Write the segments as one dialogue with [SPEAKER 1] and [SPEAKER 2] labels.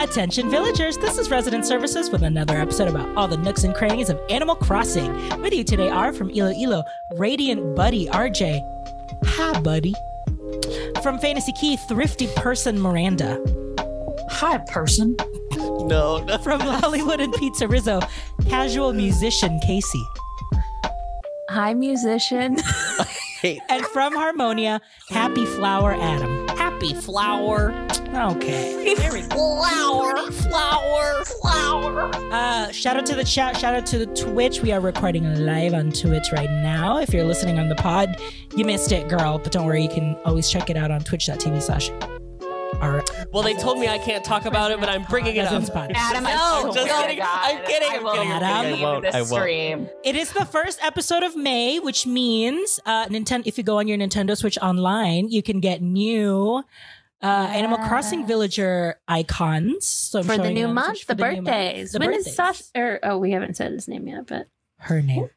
[SPEAKER 1] Attention villagers, this is Resident Services with another episode about all the nooks and crannies of Animal Crossing. With you today are from Iloilo, Radiant Buddy RJ. Hi, buddy. From Fantasy Key, Thrifty Person Miranda.
[SPEAKER 2] Hi, person.
[SPEAKER 3] No, no.
[SPEAKER 1] From Lollywood and Pizza Rizzo, Casual Musician Casey.
[SPEAKER 4] Hi, musician.
[SPEAKER 3] Hey,
[SPEAKER 1] And from Harmonia, Happy Flower Adam.
[SPEAKER 2] Happy flower.
[SPEAKER 1] Okay.
[SPEAKER 2] There we go. Flower, flower, flower.
[SPEAKER 1] Uh, shout out to the chat. Shout out to the Twitch. We are recording live on Twitch right now. If you're listening on the pod, you missed it, girl. But don't worry, you can always check it out on twitch.tv slash our
[SPEAKER 3] well, they told me I can't talk about it, but I'm bringing it up.
[SPEAKER 1] Residence pod.
[SPEAKER 2] Adam,
[SPEAKER 3] No,
[SPEAKER 2] I
[SPEAKER 3] just kidding. I'm kidding. I'm kidding.
[SPEAKER 1] Adam.
[SPEAKER 3] I won't. I won't.
[SPEAKER 1] It is the first episode of May, which means uh, Nintendo. If you go on your Nintendo Switch online, you can get new uh, Animal Crossing
[SPEAKER 4] Yes.
[SPEAKER 1] villager icons So I'm
[SPEAKER 4] for the
[SPEAKER 1] showing you
[SPEAKER 4] new
[SPEAKER 1] on
[SPEAKER 4] month,
[SPEAKER 1] Twitch
[SPEAKER 4] the
[SPEAKER 1] for new month.
[SPEAKER 4] birthdays.
[SPEAKER 1] The
[SPEAKER 4] When is
[SPEAKER 1] birthdays.
[SPEAKER 4] Sasha? Or, oh, we haven't said his name yet, but
[SPEAKER 1] Her name.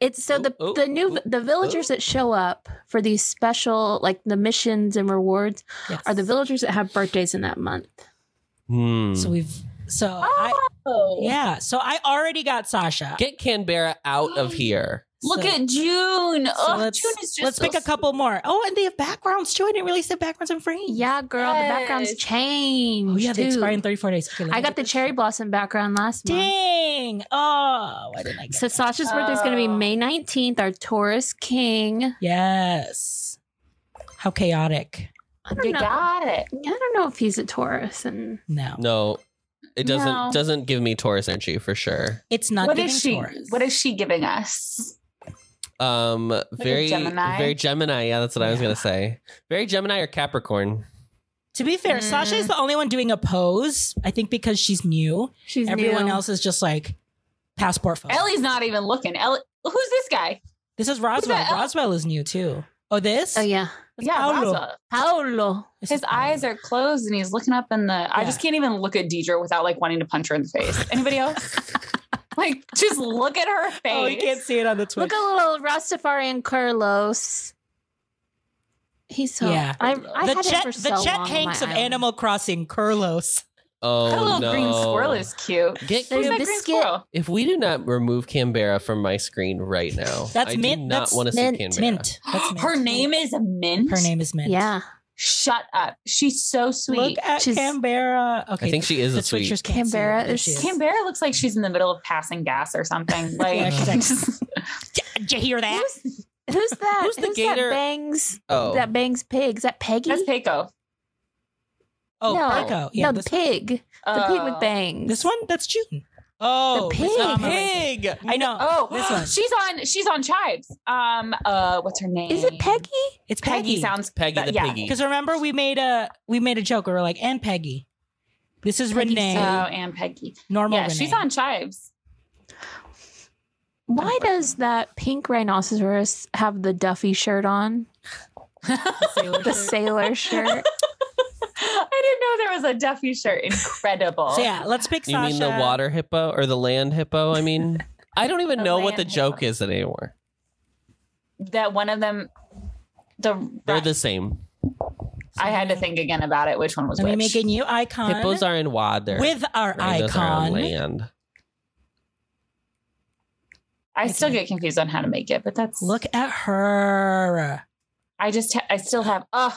[SPEAKER 4] it's so the
[SPEAKER 3] Oh, oh,
[SPEAKER 4] the new
[SPEAKER 3] oh,
[SPEAKER 4] the villagers that show up for these special like the missions and rewards
[SPEAKER 1] Yes.
[SPEAKER 4] are the villagers that have birthdays in that month.
[SPEAKER 3] Hmm.
[SPEAKER 1] So we've. So I,
[SPEAKER 5] Oh,
[SPEAKER 1] yeah. So I already got Sasha.
[SPEAKER 3] Get Canberra out of here.
[SPEAKER 5] Look
[SPEAKER 1] So-
[SPEAKER 5] at June.
[SPEAKER 1] So
[SPEAKER 5] oh,
[SPEAKER 1] let's,
[SPEAKER 5] June is just
[SPEAKER 1] let's
[SPEAKER 5] so
[SPEAKER 1] pick a couple more. Oh, and they have backgrounds too. I didn't really say backgrounds and frames.
[SPEAKER 4] Yeah, girl, the backgrounds
[SPEAKER 5] Yes.
[SPEAKER 4] change.
[SPEAKER 1] Oh yeah, they
[SPEAKER 4] too.
[SPEAKER 1] expire in 34 days. Okay, let
[SPEAKER 4] I
[SPEAKER 1] me
[SPEAKER 4] got the
[SPEAKER 1] get
[SPEAKER 4] cherry blossom background last month.
[SPEAKER 1] Dang. Oh, why didn't I get
[SPEAKER 4] So Sasha's birthday is going to be
[SPEAKER 5] Oh.
[SPEAKER 4] May nineteenth. Our Taurus King.
[SPEAKER 1] Yes. How chaotic.
[SPEAKER 4] I
[SPEAKER 5] You
[SPEAKER 4] don't know.
[SPEAKER 5] got it.
[SPEAKER 4] I don't know if he's a Taurus and
[SPEAKER 1] No.
[SPEAKER 3] No, it doesn't
[SPEAKER 5] No.
[SPEAKER 3] doesn't give me Taurus energy for sure.
[SPEAKER 1] It's not
[SPEAKER 5] what
[SPEAKER 1] giving
[SPEAKER 5] is she?
[SPEAKER 1] Taurus.
[SPEAKER 5] What is she giving us?
[SPEAKER 3] Um,
[SPEAKER 5] a
[SPEAKER 3] very
[SPEAKER 5] Gemini.
[SPEAKER 3] very Gemini. Yeah, that's what I was
[SPEAKER 1] Yeah.
[SPEAKER 3] gonna say. Very Gemini or Capricorn.
[SPEAKER 1] to be
[SPEAKER 4] Mm.
[SPEAKER 1] fair, Sasha is the only one doing a pose. I think because she's new.
[SPEAKER 4] she's
[SPEAKER 1] Everyone
[SPEAKER 4] new.
[SPEAKER 1] else is just like passport photo.
[SPEAKER 5] Ellie's not even looking. Ellie, who's this guy?
[SPEAKER 1] This is Roswell.
[SPEAKER 5] that?
[SPEAKER 1] Roswell is new too. Oh, this?
[SPEAKER 4] Oh yeah,
[SPEAKER 1] That's
[SPEAKER 5] yeah,
[SPEAKER 1] Paolo.
[SPEAKER 5] Roswell.
[SPEAKER 4] Paolo.
[SPEAKER 1] This
[SPEAKER 5] His
[SPEAKER 1] is Paolo.
[SPEAKER 5] eyes are closed and he's looking up in the. I just can't even look at Deidre without like wanting to punch her in the face. Anybody else? like, just look at her face.
[SPEAKER 1] Oh, you can't see it on the Twitch.
[SPEAKER 4] Look a little Rastafarian Carlos. He's so
[SPEAKER 1] Yeah.
[SPEAKER 4] I, I
[SPEAKER 1] the
[SPEAKER 4] had him
[SPEAKER 1] Chet,
[SPEAKER 4] for
[SPEAKER 1] the
[SPEAKER 4] so
[SPEAKER 1] Chet
[SPEAKER 4] long on
[SPEAKER 1] Hanks
[SPEAKER 4] my
[SPEAKER 1] of
[SPEAKER 4] island.
[SPEAKER 1] Animal Crossing, Curlos.
[SPEAKER 3] Oh
[SPEAKER 5] That little
[SPEAKER 3] no.
[SPEAKER 5] green squirrel is cute.
[SPEAKER 3] Get
[SPEAKER 5] Who's
[SPEAKER 3] Cam-
[SPEAKER 4] There's a
[SPEAKER 5] that green
[SPEAKER 4] biscuit.
[SPEAKER 5] squirrel?
[SPEAKER 3] if we do not remove Canberra from my screen right now,
[SPEAKER 1] That's
[SPEAKER 3] I
[SPEAKER 1] mint-
[SPEAKER 3] do not
[SPEAKER 1] that's
[SPEAKER 3] want to see
[SPEAKER 4] mint-
[SPEAKER 3] Canberra.
[SPEAKER 1] Mint. That's mint.
[SPEAKER 5] Her name is Mint.
[SPEAKER 1] Her name is Mint.
[SPEAKER 4] Yeah,
[SPEAKER 5] Shut up. She's so sweet.
[SPEAKER 1] Look at
[SPEAKER 4] She's-
[SPEAKER 1] Canberra. Okay.
[SPEAKER 3] I think she is
[SPEAKER 1] the
[SPEAKER 3] a sweet.
[SPEAKER 1] Twitchers can't see
[SPEAKER 4] Canberra
[SPEAKER 1] it, but
[SPEAKER 4] is-
[SPEAKER 1] she
[SPEAKER 5] Canberra looks like she's in the middle of passing gas or something. Like,
[SPEAKER 1] Yeah, she's like-
[SPEAKER 5] just-
[SPEAKER 1] Did you hear that?
[SPEAKER 4] who's, who's that?
[SPEAKER 3] Who's the gator-
[SPEAKER 4] That bangs
[SPEAKER 3] Oh,
[SPEAKER 4] that bangs pig. Is that Peggy?
[SPEAKER 5] that's Peiko.
[SPEAKER 1] Oh,
[SPEAKER 4] no,
[SPEAKER 1] Pico. Yeah,
[SPEAKER 4] no,
[SPEAKER 1] this,
[SPEAKER 4] the pig, the pig
[SPEAKER 5] Uh, Oh.
[SPEAKER 4] with bangs.
[SPEAKER 1] this one? That's June. Oh,
[SPEAKER 4] The
[SPEAKER 1] it's not on my ranking.
[SPEAKER 3] pig.
[SPEAKER 1] I know.
[SPEAKER 5] Oh,
[SPEAKER 1] This one.
[SPEAKER 5] She's on. She's on Chives. Um. Uh. What's her name?
[SPEAKER 4] Is it Peggy?
[SPEAKER 1] It's
[SPEAKER 5] Peggy,
[SPEAKER 1] Peggy.
[SPEAKER 5] sounds.
[SPEAKER 3] Peggy the
[SPEAKER 5] yeah.
[SPEAKER 3] piggy.
[SPEAKER 1] Because remember, we made a we made a joke. We were like, and Peggy. This is
[SPEAKER 4] Peggy's
[SPEAKER 5] Oh,
[SPEAKER 1] Renee.
[SPEAKER 5] and Peggy.
[SPEAKER 1] normal.
[SPEAKER 5] yeah,
[SPEAKER 1] Renee.
[SPEAKER 5] she's on Chives.
[SPEAKER 4] Why does that pink rhinoceros have the Duffy shirt on? The sailor shirt.
[SPEAKER 5] I didn't know there was a Duffy shirt. Incredible.
[SPEAKER 1] So yeah, let's pick
[SPEAKER 3] You
[SPEAKER 1] Sasha.
[SPEAKER 3] mean the water hippo or the land hippo? I mean, I don't even
[SPEAKER 5] The
[SPEAKER 3] know what the
[SPEAKER 5] land
[SPEAKER 3] joke
[SPEAKER 5] hippo.
[SPEAKER 3] is anymore.
[SPEAKER 5] That one of them. The.
[SPEAKER 3] They're the same.
[SPEAKER 5] I had to think again about it. Which one was
[SPEAKER 1] Let me
[SPEAKER 5] which?
[SPEAKER 1] make a new icon.
[SPEAKER 3] Hippos are in water.
[SPEAKER 1] with our
[SPEAKER 3] Rhinos are on
[SPEAKER 1] icon.
[SPEAKER 3] land.
[SPEAKER 5] I still
[SPEAKER 1] okay.
[SPEAKER 5] get confused on how to make it, but that's
[SPEAKER 1] Look at her.
[SPEAKER 5] I just ha- I still have oh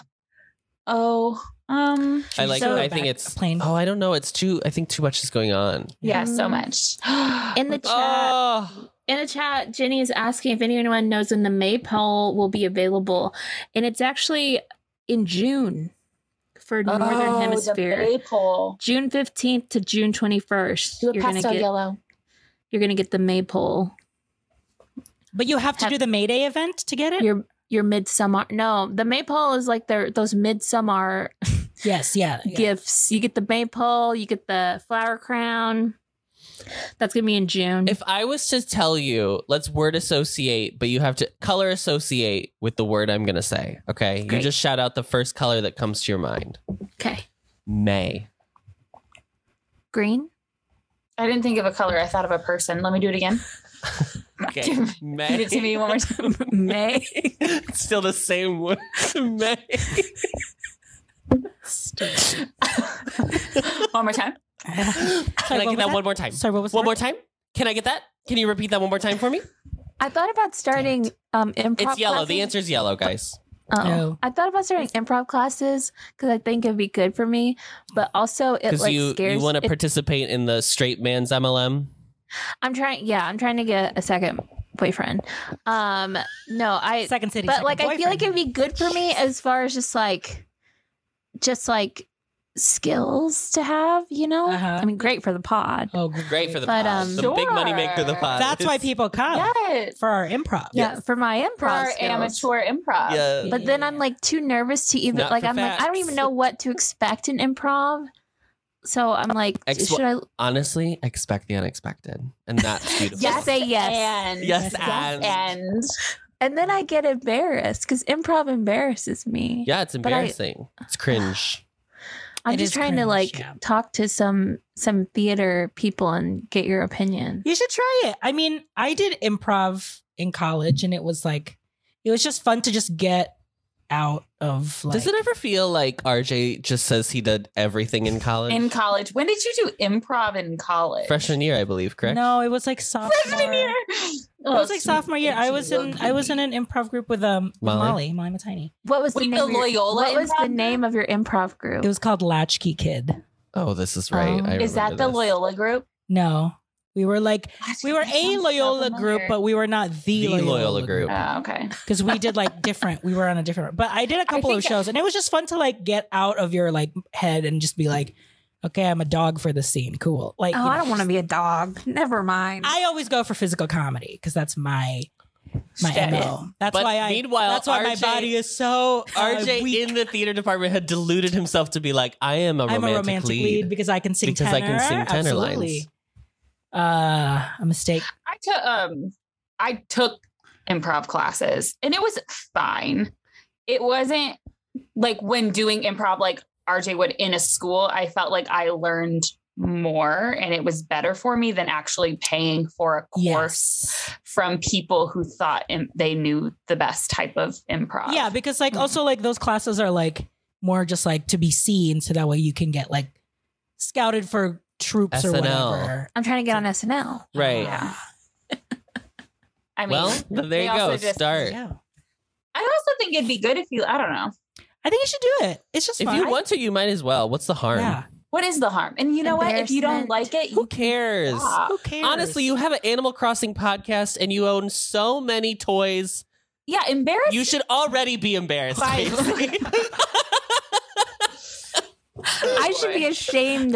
[SPEAKER 5] oh um
[SPEAKER 3] I like.
[SPEAKER 4] So
[SPEAKER 3] I think
[SPEAKER 1] back-
[SPEAKER 3] it's.
[SPEAKER 1] plain.
[SPEAKER 3] Oh, I don't know. It's too. I think too much is going on.
[SPEAKER 5] yeah so
[SPEAKER 1] Mm-hmm.
[SPEAKER 4] Mm.
[SPEAKER 5] much
[SPEAKER 4] In the chat,
[SPEAKER 3] Oh,
[SPEAKER 4] In the chat, Jenny is asking if anyone knows when the maypole will be available, and it's actually in June for Northern Hemisphere.
[SPEAKER 5] the maypole
[SPEAKER 4] June fifteenth to June twenty first.
[SPEAKER 5] do a
[SPEAKER 4] You're gonna
[SPEAKER 5] pastel
[SPEAKER 4] get
[SPEAKER 5] yellow
[SPEAKER 4] you're gonna get the maypole.
[SPEAKER 1] But you have to
[SPEAKER 4] Have-
[SPEAKER 1] do the May Day event to get it?
[SPEAKER 4] Your your midsummer. No, the maypole is like their those midsummer
[SPEAKER 1] Yes, yeah. yeah.
[SPEAKER 4] gifts. You get the maypole. You get the flower crown. That's gonna be in June.
[SPEAKER 3] if I was to tell you, let's word associate, but you have to color associate with the word I'm going to say. Okay, you
[SPEAKER 4] Great.
[SPEAKER 3] just shout out the first color that comes to your mind.
[SPEAKER 4] okay,
[SPEAKER 3] May.
[SPEAKER 4] green.
[SPEAKER 5] I didn't think of a color I thought of a person let me do it again
[SPEAKER 3] Okay,
[SPEAKER 5] give
[SPEAKER 3] May.
[SPEAKER 5] it to me one more time
[SPEAKER 4] May.
[SPEAKER 3] It's still the same word. May.
[SPEAKER 4] Stupid.
[SPEAKER 5] one more time
[SPEAKER 3] Can
[SPEAKER 1] what
[SPEAKER 3] I get
[SPEAKER 1] was
[SPEAKER 3] that
[SPEAKER 1] that?
[SPEAKER 3] one more time?
[SPEAKER 1] Sorry, what was
[SPEAKER 3] One
[SPEAKER 1] that?
[SPEAKER 3] more time? Can I get that? Can you repeat that one more time for me?
[SPEAKER 4] I thought about starting um improv.
[SPEAKER 3] It's yellow. The
[SPEAKER 4] classes.
[SPEAKER 3] answer's yellow, guys.
[SPEAKER 4] Oh.
[SPEAKER 1] No.
[SPEAKER 4] I thought about starting improv classes because I think it'd be good for me, but also it
[SPEAKER 3] Because
[SPEAKER 4] like
[SPEAKER 3] you
[SPEAKER 4] scares.
[SPEAKER 3] you want to
[SPEAKER 4] it-
[SPEAKER 3] participate in the straight man's MLM.
[SPEAKER 4] I'm trying. Yeah, I'm trying to get a second boyfriend. Um, no, I.
[SPEAKER 1] Second City.
[SPEAKER 4] but
[SPEAKER 1] second
[SPEAKER 4] like, I feel like it'd
[SPEAKER 1] boyfriend.
[SPEAKER 4] be good for me as far as just like, just like skills to have. You know,
[SPEAKER 1] Uh-huh.
[SPEAKER 4] I mean, great for the pod.
[SPEAKER 1] Oh,
[SPEAKER 3] Great for the
[SPEAKER 4] But,
[SPEAKER 3] pod.
[SPEAKER 4] um,
[SPEAKER 3] the big money maker. The
[SPEAKER 5] Sure.
[SPEAKER 3] pod.
[SPEAKER 1] That's why
[SPEAKER 3] is-
[SPEAKER 1] people come
[SPEAKER 5] Yes.
[SPEAKER 1] for our improv.
[SPEAKER 4] Yeah, for my improv.
[SPEAKER 5] For our
[SPEAKER 4] skills.
[SPEAKER 5] amateur improv.
[SPEAKER 3] Yeah.
[SPEAKER 4] But then I'm like too nervous to even
[SPEAKER 3] Not
[SPEAKER 4] like
[SPEAKER 3] for
[SPEAKER 4] I'm like I don't
[SPEAKER 3] facts.
[SPEAKER 4] even know what to expect in improv. So I'm like,
[SPEAKER 3] Ex-
[SPEAKER 4] should I
[SPEAKER 3] Honestly, expect the unexpected, and that's beautiful.
[SPEAKER 4] just say yes?
[SPEAKER 5] And
[SPEAKER 3] Yes, and.
[SPEAKER 5] and
[SPEAKER 4] And then I get embarrassed because improv embarrasses me.
[SPEAKER 3] Yeah, it's
[SPEAKER 4] I-
[SPEAKER 3] embarrassing. it's cringe.
[SPEAKER 4] I'm
[SPEAKER 1] It
[SPEAKER 4] just
[SPEAKER 1] is
[SPEAKER 4] trying to
[SPEAKER 1] cringe,
[SPEAKER 4] like
[SPEAKER 1] yeah.
[SPEAKER 4] talk to some some theater people and get your opinion.
[SPEAKER 1] You should try it. I mean, I did improv in college and it was like it was just fun to just get out of like
[SPEAKER 3] Does it ever feel like RJ just says he did everything in college?
[SPEAKER 5] in college. When did you do improv in college?
[SPEAKER 3] Freshman year, I believe, correct?
[SPEAKER 1] No, it was like sophomore.
[SPEAKER 5] Freshman year. Oh,
[SPEAKER 1] It was like sophomore year. I was in I was in an improv group with um with
[SPEAKER 3] Molly?
[SPEAKER 1] Molly, Molly Matiny.
[SPEAKER 4] What was the
[SPEAKER 5] Wait,
[SPEAKER 4] name?
[SPEAKER 5] the
[SPEAKER 4] of your-
[SPEAKER 5] Loyola
[SPEAKER 4] what was the
[SPEAKER 5] improv
[SPEAKER 4] name of your improv group?
[SPEAKER 1] It was called Latchkey Kid.
[SPEAKER 3] Oh, this is right.
[SPEAKER 4] Oh.
[SPEAKER 3] I
[SPEAKER 5] Is
[SPEAKER 3] remember
[SPEAKER 5] that the
[SPEAKER 3] this.
[SPEAKER 5] Loyola group?
[SPEAKER 1] No. We were like we were
[SPEAKER 5] That
[SPEAKER 1] a
[SPEAKER 5] sounds so
[SPEAKER 1] Loyola group,
[SPEAKER 5] familiar.
[SPEAKER 1] but we were not the,
[SPEAKER 3] The Loyola group.
[SPEAKER 5] Oh, okay.
[SPEAKER 1] because we did like different we were on a different but i did a couple of
[SPEAKER 5] think-
[SPEAKER 1] shows and it was just fun to like get out of your like head and just be like okay i'm a dog for the scene cool like
[SPEAKER 4] oh, I don't want to be a dog. Never mind.
[SPEAKER 1] i always go for physical comedy because that's my my
[SPEAKER 5] Step
[SPEAKER 1] mo that's
[SPEAKER 3] But
[SPEAKER 1] why i
[SPEAKER 3] meanwhile,
[SPEAKER 1] that's why my
[SPEAKER 3] RJ
[SPEAKER 1] body is so uh,
[SPEAKER 3] RJ
[SPEAKER 1] weak.
[SPEAKER 3] in the theater department had deluded himself to be like, I am a
[SPEAKER 1] i'm
[SPEAKER 3] romantic,
[SPEAKER 1] a romantic lead. because i can sing
[SPEAKER 3] Because I
[SPEAKER 1] tenor
[SPEAKER 3] can sing tenor
[SPEAKER 1] Absolutely.
[SPEAKER 3] lines.
[SPEAKER 1] uh a mistake
[SPEAKER 5] I took um I took improv classes and it was fine. It wasn't like when doing improv like RJ would in a school, I felt like I learned more and it was better for me than actually paying for a course
[SPEAKER 1] yes
[SPEAKER 5] from people who thought im- they knew the best type of improv.
[SPEAKER 1] yeah because like
[SPEAKER 5] Mhm.
[SPEAKER 1] also like those classes are like more just like to be seen so that way you can get like scouted for troops or
[SPEAKER 3] SNL.
[SPEAKER 1] whatever Ah,
[SPEAKER 4] I'm trying to get on SNL.
[SPEAKER 3] Right.
[SPEAKER 5] Yeah. I mean,
[SPEAKER 3] Well, then there
[SPEAKER 5] they
[SPEAKER 3] you
[SPEAKER 5] also
[SPEAKER 3] go.
[SPEAKER 5] just-
[SPEAKER 3] Start.
[SPEAKER 1] Yeah.
[SPEAKER 5] I also think it'd be good if you, I don't know.
[SPEAKER 1] I think you should do it. It's just
[SPEAKER 3] If
[SPEAKER 1] fun.
[SPEAKER 3] you want to, you might as well. What's the harm?
[SPEAKER 1] yeah.
[SPEAKER 5] What is the harm? And you know what? If you don't
[SPEAKER 4] Embarrassment.
[SPEAKER 5] like it,
[SPEAKER 3] Who
[SPEAKER 5] you
[SPEAKER 3] cares?
[SPEAKER 5] stop.
[SPEAKER 1] Who cares?
[SPEAKER 3] Honestly, you have an Animal Crossing podcast and you own so many toys.
[SPEAKER 5] Yeah, embarrassed.
[SPEAKER 3] You should already be embarrassed.
[SPEAKER 5] Bye.
[SPEAKER 3] Casey.
[SPEAKER 4] I should be ashamed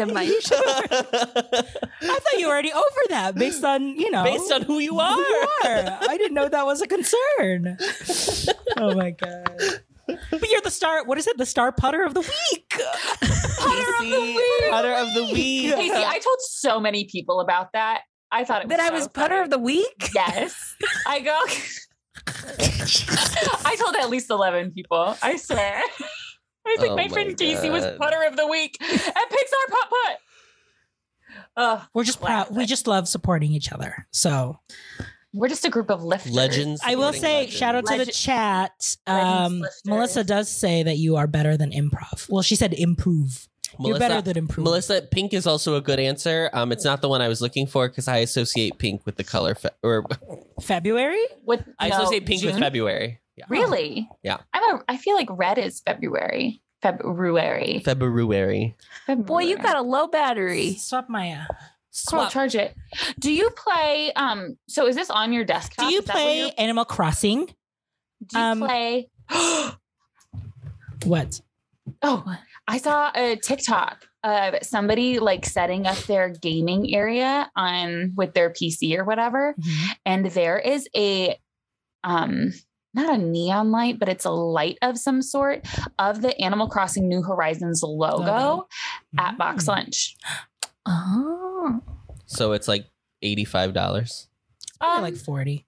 [SPEAKER 4] of my.
[SPEAKER 1] I thought you were already over that based on, you know.
[SPEAKER 3] Based on who you
[SPEAKER 1] who
[SPEAKER 3] are.
[SPEAKER 1] you are. I didn't know that was a concern. oh my God. But you're the star, what is it? The star putter of the week.
[SPEAKER 3] Putter of the week. Putter of the week.
[SPEAKER 5] Casey, I told so many people about that. I thought it was
[SPEAKER 4] That I
[SPEAKER 5] so
[SPEAKER 4] was putter of the week.
[SPEAKER 5] funny. Yes, I go. I told at least eleven people. I swear. I think
[SPEAKER 3] Oh
[SPEAKER 5] my
[SPEAKER 3] my
[SPEAKER 5] friend Casey was
[SPEAKER 3] God.
[SPEAKER 5] putter of the week at Pixar Putt Putt. Ugh,
[SPEAKER 1] We're just proud. We just love supporting each other. So
[SPEAKER 5] we're just a group of lifters.
[SPEAKER 3] Legends.
[SPEAKER 1] I will
[SPEAKER 3] supporting
[SPEAKER 1] say,
[SPEAKER 3] legends.
[SPEAKER 1] shout out to the
[SPEAKER 5] Legend-
[SPEAKER 1] chat.
[SPEAKER 5] Legends
[SPEAKER 1] Um,
[SPEAKER 5] lifters.
[SPEAKER 1] Melissa does say that you are better than improv. Well, she said improve.
[SPEAKER 3] Melissa,
[SPEAKER 1] you're better than improve.
[SPEAKER 3] Melissa, pink is also a good answer. Um, it's not the one I was looking for because I associate pink with the color, fe- or
[SPEAKER 1] February?
[SPEAKER 5] With
[SPEAKER 3] I
[SPEAKER 5] no,
[SPEAKER 3] associate pink with
[SPEAKER 5] June?
[SPEAKER 3] February. Yeah.
[SPEAKER 5] Really?
[SPEAKER 3] Yeah.
[SPEAKER 5] I'm a. I feel like red is February. February.
[SPEAKER 3] February.
[SPEAKER 5] February.
[SPEAKER 4] Boy, you got a low battery.
[SPEAKER 1] Swap uh, Maya.
[SPEAKER 5] Carl,
[SPEAKER 3] Swap.
[SPEAKER 5] charge it. Do you play? Um. So is this on your desktop?
[SPEAKER 1] Do you
[SPEAKER 5] Is that what
[SPEAKER 1] play
[SPEAKER 5] you're-
[SPEAKER 1] Animal Crossing?
[SPEAKER 5] Do you
[SPEAKER 1] um,
[SPEAKER 5] play?
[SPEAKER 1] What?
[SPEAKER 5] Oh, I saw a TikTok of somebody like setting up their gaming area on with their PC or whatever,
[SPEAKER 1] Mm-hmm.
[SPEAKER 5] and there is a, um, not a neon light, but it's a light of some sort of the Animal Crossing New Horizons logo
[SPEAKER 1] Logo.
[SPEAKER 5] at Box
[SPEAKER 1] Mm-hmm.
[SPEAKER 5] Lunch.
[SPEAKER 4] Oh.
[SPEAKER 3] So it's like eighty-five dollars
[SPEAKER 1] Probably
[SPEAKER 5] Um,
[SPEAKER 1] like 40.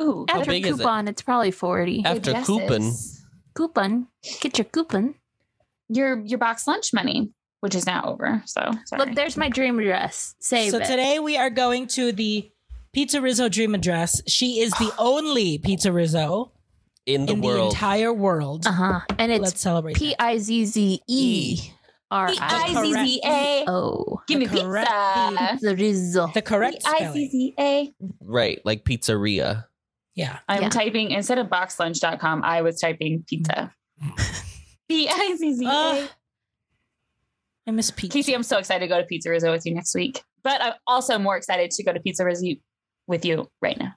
[SPEAKER 5] ooh,
[SPEAKER 3] How
[SPEAKER 4] After
[SPEAKER 3] big is it?
[SPEAKER 4] coupon, it's probably 40.
[SPEAKER 5] good
[SPEAKER 3] after coupon.
[SPEAKER 5] guesses.
[SPEAKER 4] Coupon. Get your coupon.
[SPEAKER 5] your your box lunch money, which is now over. So sorry.
[SPEAKER 4] Look, there's my dream dress. Save
[SPEAKER 1] so
[SPEAKER 4] it.
[SPEAKER 1] today we are going to the Pizza Rizzo Dream Address. She is the only Pizza Rizzo
[SPEAKER 3] in the
[SPEAKER 1] in
[SPEAKER 3] world.
[SPEAKER 1] the entire world.
[SPEAKER 4] uh huh. And
[SPEAKER 1] Let's
[SPEAKER 4] it's
[SPEAKER 1] celebrate.
[SPEAKER 4] P
[SPEAKER 1] that.
[SPEAKER 4] I Z Z E. R
[SPEAKER 5] The
[SPEAKER 4] I
[SPEAKER 1] correct-
[SPEAKER 5] IZZA.
[SPEAKER 4] O.
[SPEAKER 5] Give me
[SPEAKER 1] The correct
[SPEAKER 5] pizza.
[SPEAKER 4] The Rizzo.
[SPEAKER 1] The
[SPEAKER 5] The
[SPEAKER 1] correct spelling.
[SPEAKER 5] IZZA.
[SPEAKER 3] Right, like pizzeria.
[SPEAKER 1] Yeah.
[SPEAKER 5] I'm
[SPEAKER 4] Yeah.
[SPEAKER 5] typing instead of boxlunch.com, I was typing pizza. The IZZA.
[SPEAKER 1] Ugh. I miss Peach.
[SPEAKER 5] Casey, I'm so excited to go to Pizza Rizzo with you next week. But I'm also more excited to go to Pizza Rizzo with you right now.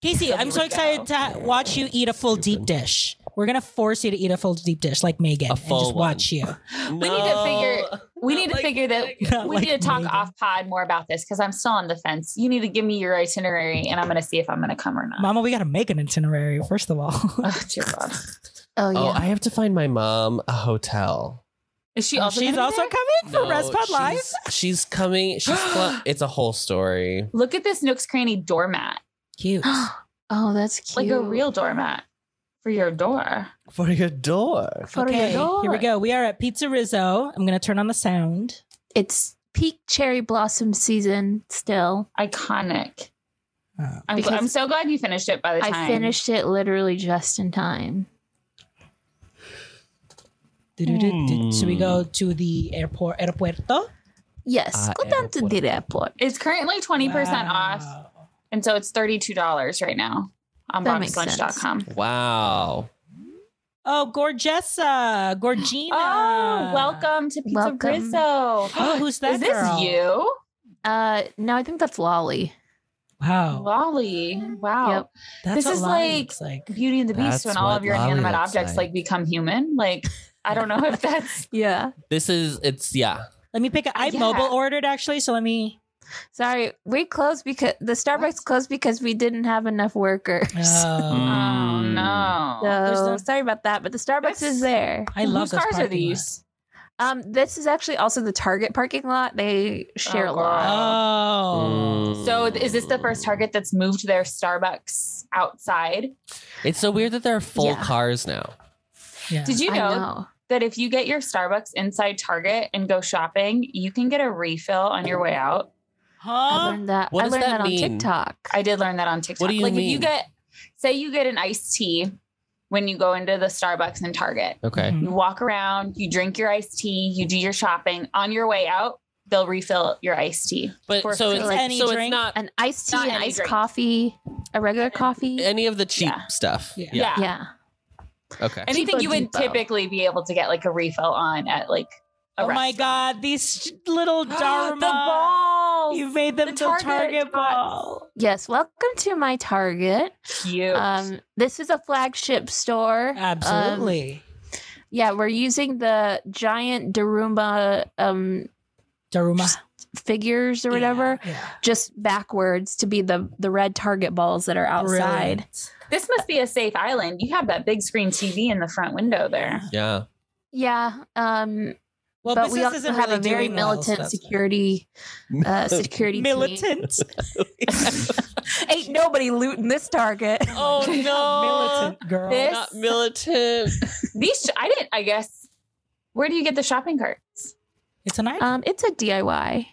[SPEAKER 1] Casey,
[SPEAKER 5] So
[SPEAKER 1] I'm
[SPEAKER 5] here
[SPEAKER 1] so
[SPEAKER 5] we
[SPEAKER 1] excited to watch you eat a full deep
[SPEAKER 3] Stupid.
[SPEAKER 1] dish. We're gonna force you to eat a full deep dish like Megan
[SPEAKER 3] A
[SPEAKER 1] and
[SPEAKER 3] full
[SPEAKER 1] just
[SPEAKER 3] one.
[SPEAKER 1] watch you.
[SPEAKER 5] We need to figure- we need to figure that-
[SPEAKER 1] Not
[SPEAKER 5] We
[SPEAKER 1] like
[SPEAKER 5] need to talk
[SPEAKER 1] Megan.
[SPEAKER 5] off pod more about this because I'm still on the fence. You need to give me your itinerary and I'm going to see if I'm going to come or not.
[SPEAKER 1] Mama, we gotta make an itinerary first of all.
[SPEAKER 5] Oh, dear God.
[SPEAKER 4] Oh
[SPEAKER 3] Oh,
[SPEAKER 4] yeah.
[SPEAKER 3] I have to find my mom a hotel.
[SPEAKER 5] Is she also
[SPEAKER 1] Um, she's
[SPEAKER 5] gonna be
[SPEAKER 1] also
[SPEAKER 5] there?
[SPEAKER 1] coming for
[SPEAKER 3] No,
[SPEAKER 1] Rest Pod
[SPEAKER 3] she's-
[SPEAKER 1] Live.
[SPEAKER 3] She's coming. She's fly- it's a whole story.
[SPEAKER 5] Look at this Nooks Cranny doormat,
[SPEAKER 1] Cute
[SPEAKER 4] oh, that's cute.
[SPEAKER 5] like a real doormat for your door.
[SPEAKER 3] For your door.
[SPEAKER 4] For
[SPEAKER 1] okay,
[SPEAKER 4] your
[SPEAKER 1] here we
[SPEAKER 4] door.
[SPEAKER 1] go. We are at Pizza Rizzo. I'm gonna turn on the sound.
[SPEAKER 4] It's peak cherry blossom season still.
[SPEAKER 5] Iconic.
[SPEAKER 1] Uh,
[SPEAKER 5] I'm,
[SPEAKER 4] Because-
[SPEAKER 5] I'm so glad you finished it by the time.
[SPEAKER 4] I finished it literally just in time.
[SPEAKER 1] do-do-do-do. Should we
[SPEAKER 3] Hmm.
[SPEAKER 1] go to the airport? Aeropuerto?
[SPEAKER 4] Yes,
[SPEAKER 3] Ah,
[SPEAKER 4] go down to
[SPEAKER 3] airport.
[SPEAKER 4] the airport.
[SPEAKER 5] It's currently 20% off.
[SPEAKER 1] Wow.
[SPEAKER 5] And so it's $32 right now on
[SPEAKER 4] That makes
[SPEAKER 5] boxlunch.com.
[SPEAKER 3] Wow.
[SPEAKER 1] Oh, Gorgessa, Gorgina.
[SPEAKER 5] Oh, welcome to Pizza
[SPEAKER 4] Welcome.
[SPEAKER 5] Rizzo.
[SPEAKER 1] Oh, who's that?
[SPEAKER 5] Is this
[SPEAKER 1] girl?
[SPEAKER 5] you?
[SPEAKER 4] Uh, no, I think that's Lolly.
[SPEAKER 1] Wow,
[SPEAKER 5] Lolly. Wow.
[SPEAKER 4] Yep.
[SPEAKER 1] that's
[SPEAKER 5] This
[SPEAKER 1] what
[SPEAKER 5] is
[SPEAKER 1] Lana
[SPEAKER 5] like-
[SPEAKER 1] looks like
[SPEAKER 5] Beauty and the Beast
[SPEAKER 3] That's
[SPEAKER 5] when all
[SPEAKER 3] what
[SPEAKER 5] of your
[SPEAKER 3] Lolly
[SPEAKER 5] inanimate
[SPEAKER 3] looks
[SPEAKER 5] objects like.
[SPEAKER 3] like.
[SPEAKER 5] become human. Like, I don't know if that's
[SPEAKER 4] Yeah.
[SPEAKER 3] This is it's yeah.
[SPEAKER 1] Let me pick. A, I
[SPEAKER 5] Yeah.
[SPEAKER 1] mobile ordered actually, so let me.
[SPEAKER 4] Sorry, we closed because the Starbucks closed because we didn't have enough workers.
[SPEAKER 1] Oh,
[SPEAKER 3] Mm.
[SPEAKER 5] Oh no.
[SPEAKER 4] so
[SPEAKER 1] no-
[SPEAKER 4] sorry about that, but the Starbucks
[SPEAKER 5] That's-
[SPEAKER 4] is there.
[SPEAKER 1] I love
[SPEAKER 5] Whose
[SPEAKER 1] this
[SPEAKER 5] cars are
[SPEAKER 1] parking lot.
[SPEAKER 5] these?
[SPEAKER 4] Um, this is actually also the Target parking lot. They share
[SPEAKER 5] Oh,
[SPEAKER 4] a lot.
[SPEAKER 5] girl.
[SPEAKER 1] Oh,
[SPEAKER 3] Mm.
[SPEAKER 5] So is this the first Target that's moved their Starbucks outside?
[SPEAKER 3] It's so weird that there are full
[SPEAKER 4] Yeah.
[SPEAKER 3] cars now.
[SPEAKER 1] yeah.
[SPEAKER 5] Did you
[SPEAKER 4] I
[SPEAKER 5] know, that if you get your Starbucks inside Target and go shopping, you can get a refill on your way out?
[SPEAKER 4] I
[SPEAKER 1] Huh?
[SPEAKER 4] learned that.
[SPEAKER 3] What
[SPEAKER 4] I
[SPEAKER 3] does
[SPEAKER 4] learned
[SPEAKER 3] that
[SPEAKER 4] that, on
[SPEAKER 3] mean?
[SPEAKER 4] TikTok.
[SPEAKER 5] I did learn that on TikTok.
[SPEAKER 3] do you
[SPEAKER 5] like if you
[SPEAKER 3] mean?
[SPEAKER 5] get say you get an iced tea when you go into the Starbucks in Target.
[SPEAKER 3] Okay.
[SPEAKER 1] Mhm.
[SPEAKER 5] You walk around, you drink your iced tea, you do your shopping. On your way out, they'll refill your iced tea.
[SPEAKER 3] But
[SPEAKER 5] For
[SPEAKER 3] so
[SPEAKER 5] free.
[SPEAKER 3] it's
[SPEAKER 1] Like any
[SPEAKER 3] so
[SPEAKER 1] drink?
[SPEAKER 3] it's not
[SPEAKER 4] An iced tea,
[SPEAKER 5] Not
[SPEAKER 4] an
[SPEAKER 5] any
[SPEAKER 4] iced
[SPEAKER 5] drink.
[SPEAKER 4] coffee, a regular coffee.
[SPEAKER 3] any of the cheap
[SPEAKER 5] Yeah.
[SPEAKER 3] stuff.
[SPEAKER 1] Yeah.
[SPEAKER 5] Yeah.
[SPEAKER 4] yeah.
[SPEAKER 3] Okay.
[SPEAKER 5] Anything
[SPEAKER 4] Cheapo
[SPEAKER 5] you would
[SPEAKER 4] Depot.
[SPEAKER 5] typically be able to get like a refill on at like a
[SPEAKER 1] Oh my God! These sh- little Dharma.
[SPEAKER 5] the balls.
[SPEAKER 1] You made them the
[SPEAKER 5] The
[SPEAKER 1] target,
[SPEAKER 5] Target
[SPEAKER 1] ball.
[SPEAKER 4] Yes. Welcome to my Target.
[SPEAKER 5] Cute.
[SPEAKER 4] Um, this is a flagship store. Um,
[SPEAKER 1] Absolutely.
[SPEAKER 4] Yeah, we're using the giant Daruma um,
[SPEAKER 1] Daruma
[SPEAKER 4] just figures or whatever,
[SPEAKER 1] Yeah, yeah.
[SPEAKER 4] just backwards to be the the red target balls that are outside.
[SPEAKER 1] Brilliant.
[SPEAKER 5] this must be a safe island. You have that big screen TV in the front window there.
[SPEAKER 3] Yeah.
[SPEAKER 4] Yeah, um,
[SPEAKER 1] Well,
[SPEAKER 4] but
[SPEAKER 1] business
[SPEAKER 4] we also
[SPEAKER 1] isn't
[SPEAKER 4] have
[SPEAKER 1] really
[SPEAKER 4] a very
[SPEAKER 1] doing well, so
[SPEAKER 4] militant
[SPEAKER 1] that's fine.
[SPEAKER 4] security uh, security Team.
[SPEAKER 1] Militant.
[SPEAKER 4] Ain't nobody looting this target.
[SPEAKER 3] oh no.
[SPEAKER 1] militant girl.
[SPEAKER 5] This-
[SPEAKER 3] Not militant.
[SPEAKER 5] These sh- I didn't. I guess. Where do you get the shopping carts?
[SPEAKER 1] It's an item.
[SPEAKER 4] Um, it's a DIY.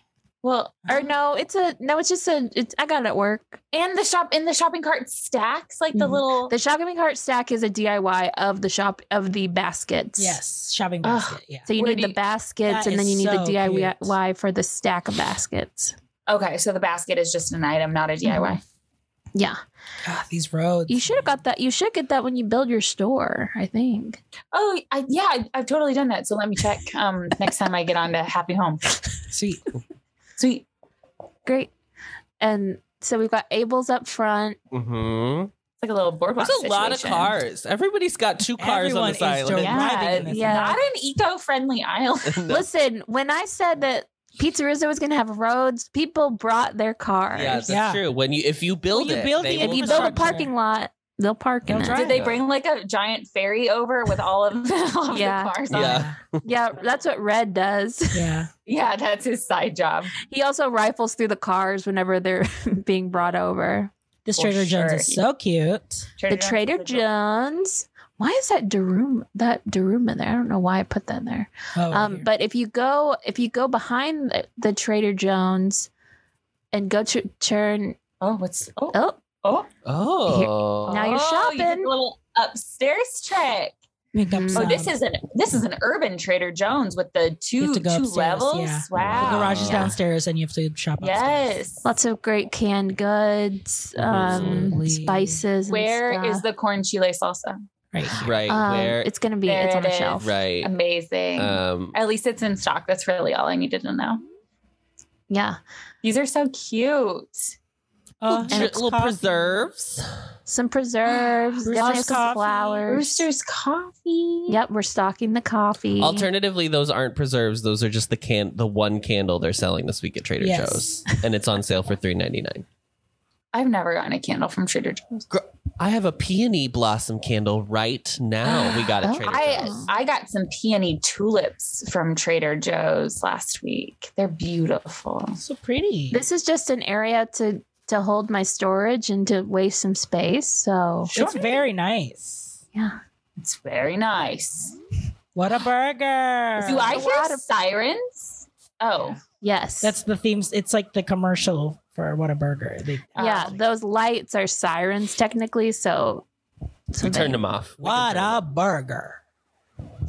[SPEAKER 5] Well,
[SPEAKER 4] Or no, it's a no. It's just a. It's, I got it at work.
[SPEAKER 5] and the shop in the shopping cart stacks like the
[SPEAKER 4] Mhm.
[SPEAKER 5] little.
[SPEAKER 4] The shopping cart stack is a DIY of the shop of the baskets.
[SPEAKER 1] yes, shopping
[SPEAKER 5] Ugh.
[SPEAKER 1] basket. yeah.
[SPEAKER 4] So you
[SPEAKER 5] Where
[SPEAKER 4] need
[SPEAKER 5] do
[SPEAKER 4] the
[SPEAKER 5] you-
[SPEAKER 4] baskets,
[SPEAKER 1] That
[SPEAKER 4] and then
[SPEAKER 1] is
[SPEAKER 4] you need
[SPEAKER 1] so
[SPEAKER 4] the DIY for the stack of baskets.
[SPEAKER 5] okay, so the basket is just an item, not a DIY.
[SPEAKER 4] Yeah,
[SPEAKER 1] God, Ah, these roads.
[SPEAKER 4] you should have got that. You should get that when you build your store. I think.
[SPEAKER 5] Oh, I, yeah, I, I've totally done that. So let me check um, next time I get on to Happy Home.
[SPEAKER 1] sweet.
[SPEAKER 5] Sweet.
[SPEAKER 4] Great. And so we've got Abel's up front.
[SPEAKER 3] hmm
[SPEAKER 5] It's like a little boardwalk.
[SPEAKER 3] There's a lot of
[SPEAKER 5] situation.
[SPEAKER 3] cars. Everybody's got two cars
[SPEAKER 1] Everyone
[SPEAKER 3] on
[SPEAKER 1] is
[SPEAKER 3] this island.
[SPEAKER 1] direct. Driving in
[SPEAKER 5] Yeah,
[SPEAKER 1] this
[SPEAKER 5] yeah. Not
[SPEAKER 4] island.
[SPEAKER 5] an eco-friendly island.
[SPEAKER 3] No.
[SPEAKER 4] Listen, when I said that Pizza Rizzo was going to have roads, people brought their cars.
[SPEAKER 3] Yeah, that's
[SPEAKER 1] Yeah.
[SPEAKER 3] true. When you if you build
[SPEAKER 1] you
[SPEAKER 3] it,
[SPEAKER 1] build
[SPEAKER 3] they
[SPEAKER 1] the-
[SPEAKER 4] if
[SPEAKER 3] will
[SPEAKER 4] you
[SPEAKER 3] drive.
[SPEAKER 4] build a parking lot, they'll park in
[SPEAKER 1] They'll
[SPEAKER 4] it.
[SPEAKER 1] drive.
[SPEAKER 5] Did they bring like a giant ferry over with all of, all of
[SPEAKER 4] Yeah.
[SPEAKER 5] the cars? on it?
[SPEAKER 3] Yeah.
[SPEAKER 4] Yeah, that's what Red does.
[SPEAKER 1] Yeah.
[SPEAKER 5] yeah, that's his side job.
[SPEAKER 4] He also rifles through the cars whenever they're being brought over.
[SPEAKER 1] This
[SPEAKER 5] For
[SPEAKER 1] Trader Joe's
[SPEAKER 5] sure.
[SPEAKER 1] is so cute.
[SPEAKER 4] the Trader
[SPEAKER 5] Joe's is a-
[SPEAKER 4] John's. Why is that Daruma that Daruma there? I don't know why I put that there.
[SPEAKER 1] Oh,
[SPEAKER 4] Um,
[SPEAKER 1] here.
[SPEAKER 4] but if you go if you go behind the, the Trader Jones and go to turn
[SPEAKER 5] Oh, what's oh
[SPEAKER 4] oh
[SPEAKER 5] oh
[SPEAKER 3] Oh.
[SPEAKER 4] Now you're
[SPEAKER 5] Oh, you did
[SPEAKER 4] shopping.
[SPEAKER 5] a little upstairs trick.
[SPEAKER 1] Pick up
[SPEAKER 6] Oh,
[SPEAKER 5] Oh,
[SPEAKER 1] some.
[SPEAKER 5] this is an this is an urban Trader Joe's with the two
[SPEAKER 1] to
[SPEAKER 5] two
[SPEAKER 1] go upstairs,
[SPEAKER 5] levels.
[SPEAKER 1] yeah.
[SPEAKER 3] The
[SPEAKER 5] Wow.
[SPEAKER 1] the garage is
[SPEAKER 3] Yeah.
[SPEAKER 1] downstairs and you have to shop upstairs.
[SPEAKER 5] Yes.
[SPEAKER 4] Lots of great canned goods, um,
[SPEAKER 1] Absolutely.
[SPEAKER 4] spices.
[SPEAKER 5] Where is the corn chile salsa?
[SPEAKER 1] Right here.
[SPEAKER 3] Right. where?
[SPEAKER 4] Um, It's gonna be.
[SPEAKER 5] There
[SPEAKER 4] It's on
[SPEAKER 5] it
[SPEAKER 4] the
[SPEAKER 5] is.
[SPEAKER 4] shelf.
[SPEAKER 3] right.
[SPEAKER 5] Amazing.
[SPEAKER 3] Um,
[SPEAKER 5] At least it's in stock. That's really all I needed to know.
[SPEAKER 4] Yeah.
[SPEAKER 5] These are so cute.
[SPEAKER 1] Uh,
[SPEAKER 3] little, dri- little
[SPEAKER 1] coffee.
[SPEAKER 3] preserves.
[SPEAKER 4] Some preserves.
[SPEAKER 1] Rooster's
[SPEAKER 4] definitely
[SPEAKER 1] coffee.
[SPEAKER 4] some flowers.
[SPEAKER 5] Rooster's coffee.
[SPEAKER 4] Yep, we're stocking the coffee.
[SPEAKER 3] Alternatively, those aren't preserves. Those are just the can the one candle they're selling this week at Trader
[SPEAKER 1] Yes.
[SPEAKER 3] Joe's, and it's on sale for three ninety nine.
[SPEAKER 5] I've never gotten a candle from Trader Joe's.
[SPEAKER 3] I have a peony blossom candle right now. We got
[SPEAKER 4] Oh.
[SPEAKER 3] at Trader
[SPEAKER 5] I
[SPEAKER 3] Joe's.
[SPEAKER 5] I got some peony tulips from Trader Joe's last week. They're beautiful.
[SPEAKER 1] So pretty.
[SPEAKER 4] This is just an area to to hold my storage and to waste some space. So
[SPEAKER 1] It's very nice.
[SPEAKER 4] yeah,
[SPEAKER 5] It's very nice.
[SPEAKER 1] What a burger.
[SPEAKER 5] Do I
[SPEAKER 4] a
[SPEAKER 5] hear
[SPEAKER 4] lot of-
[SPEAKER 5] sirens? Oh,
[SPEAKER 4] yes,
[SPEAKER 1] That's the themes. It's like the commercial for What a Burger. They,
[SPEAKER 4] yeah.
[SPEAKER 5] Oh.
[SPEAKER 4] Those lights are sirens technically. So, so
[SPEAKER 3] We turned them off. We can
[SPEAKER 1] what
[SPEAKER 3] turn
[SPEAKER 1] a burger.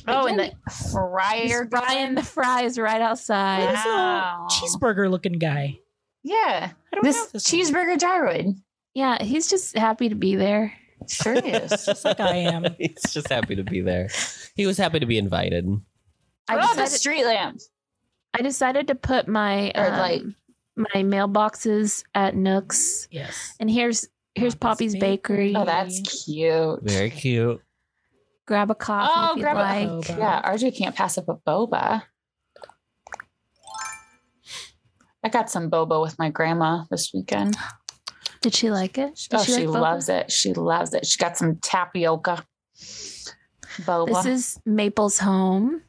[SPEAKER 5] oh, and the fryer
[SPEAKER 4] He's frying
[SPEAKER 5] gun.
[SPEAKER 4] the fries right outside.
[SPEAKER 1] This little
[SPEAKER 5] Wow.
[SPEAKER 1] Cheeseburger looking guy.
[SPEAKER 5] Yeah,
[SPEAKER 1] I don't know
[SPEAKER 5] this
[SPEAKER 1] if this one-
[SPEAKER 5] cheeseburger gyroid
[SPEAKER 4] Yeah, he's just happy to be there.
[SPEAKER 5] sure is.
[SPEAKER 1] Just like I am.
[SPEAKER 3] He's just happy to be there. He was happy to be invited.
[SPEAKER 4] I
[SPEAKER 5] oh, the
[SPEAKER 4] decided,
[SPEAKER 5] street lamp.
[SPEAKER 4] I decided to put my
[SPEAKER 5] Or like-
[SPEAKER 4] um, my mailboxes at Nooks,
[SPEAKER 1] Yes.
[SPEAKER 4] and here's here's
[SPEAKER 1] Poppy's
[SPEAKER 4] Poppy's Bakery.
[SPEAKER 5] Oh, that's cute.
[SPEAKER 3] Very cute.
[SPEAKER 4] grab a coffee
[SPEAKER 5] Oh,
[SPEAKER 4] if you'd
[SPEAKER 5] grab a-
[SPEAKER 4] like.
[SPEAKER 1] Oh, God.
[SPEAKER 5] Yeah, RJ can't pass up a boba. I got some boba with my grandma this weekend.
[SPEAKER 4] Did she like it? Did
[SPEAKER 5] Oh, she,
[SPEAKER 4] like boba?
[SPEAKER 5] loves it. She loves it. She got some tapioca boba.
[SPEAKER 4] This is Maple's home.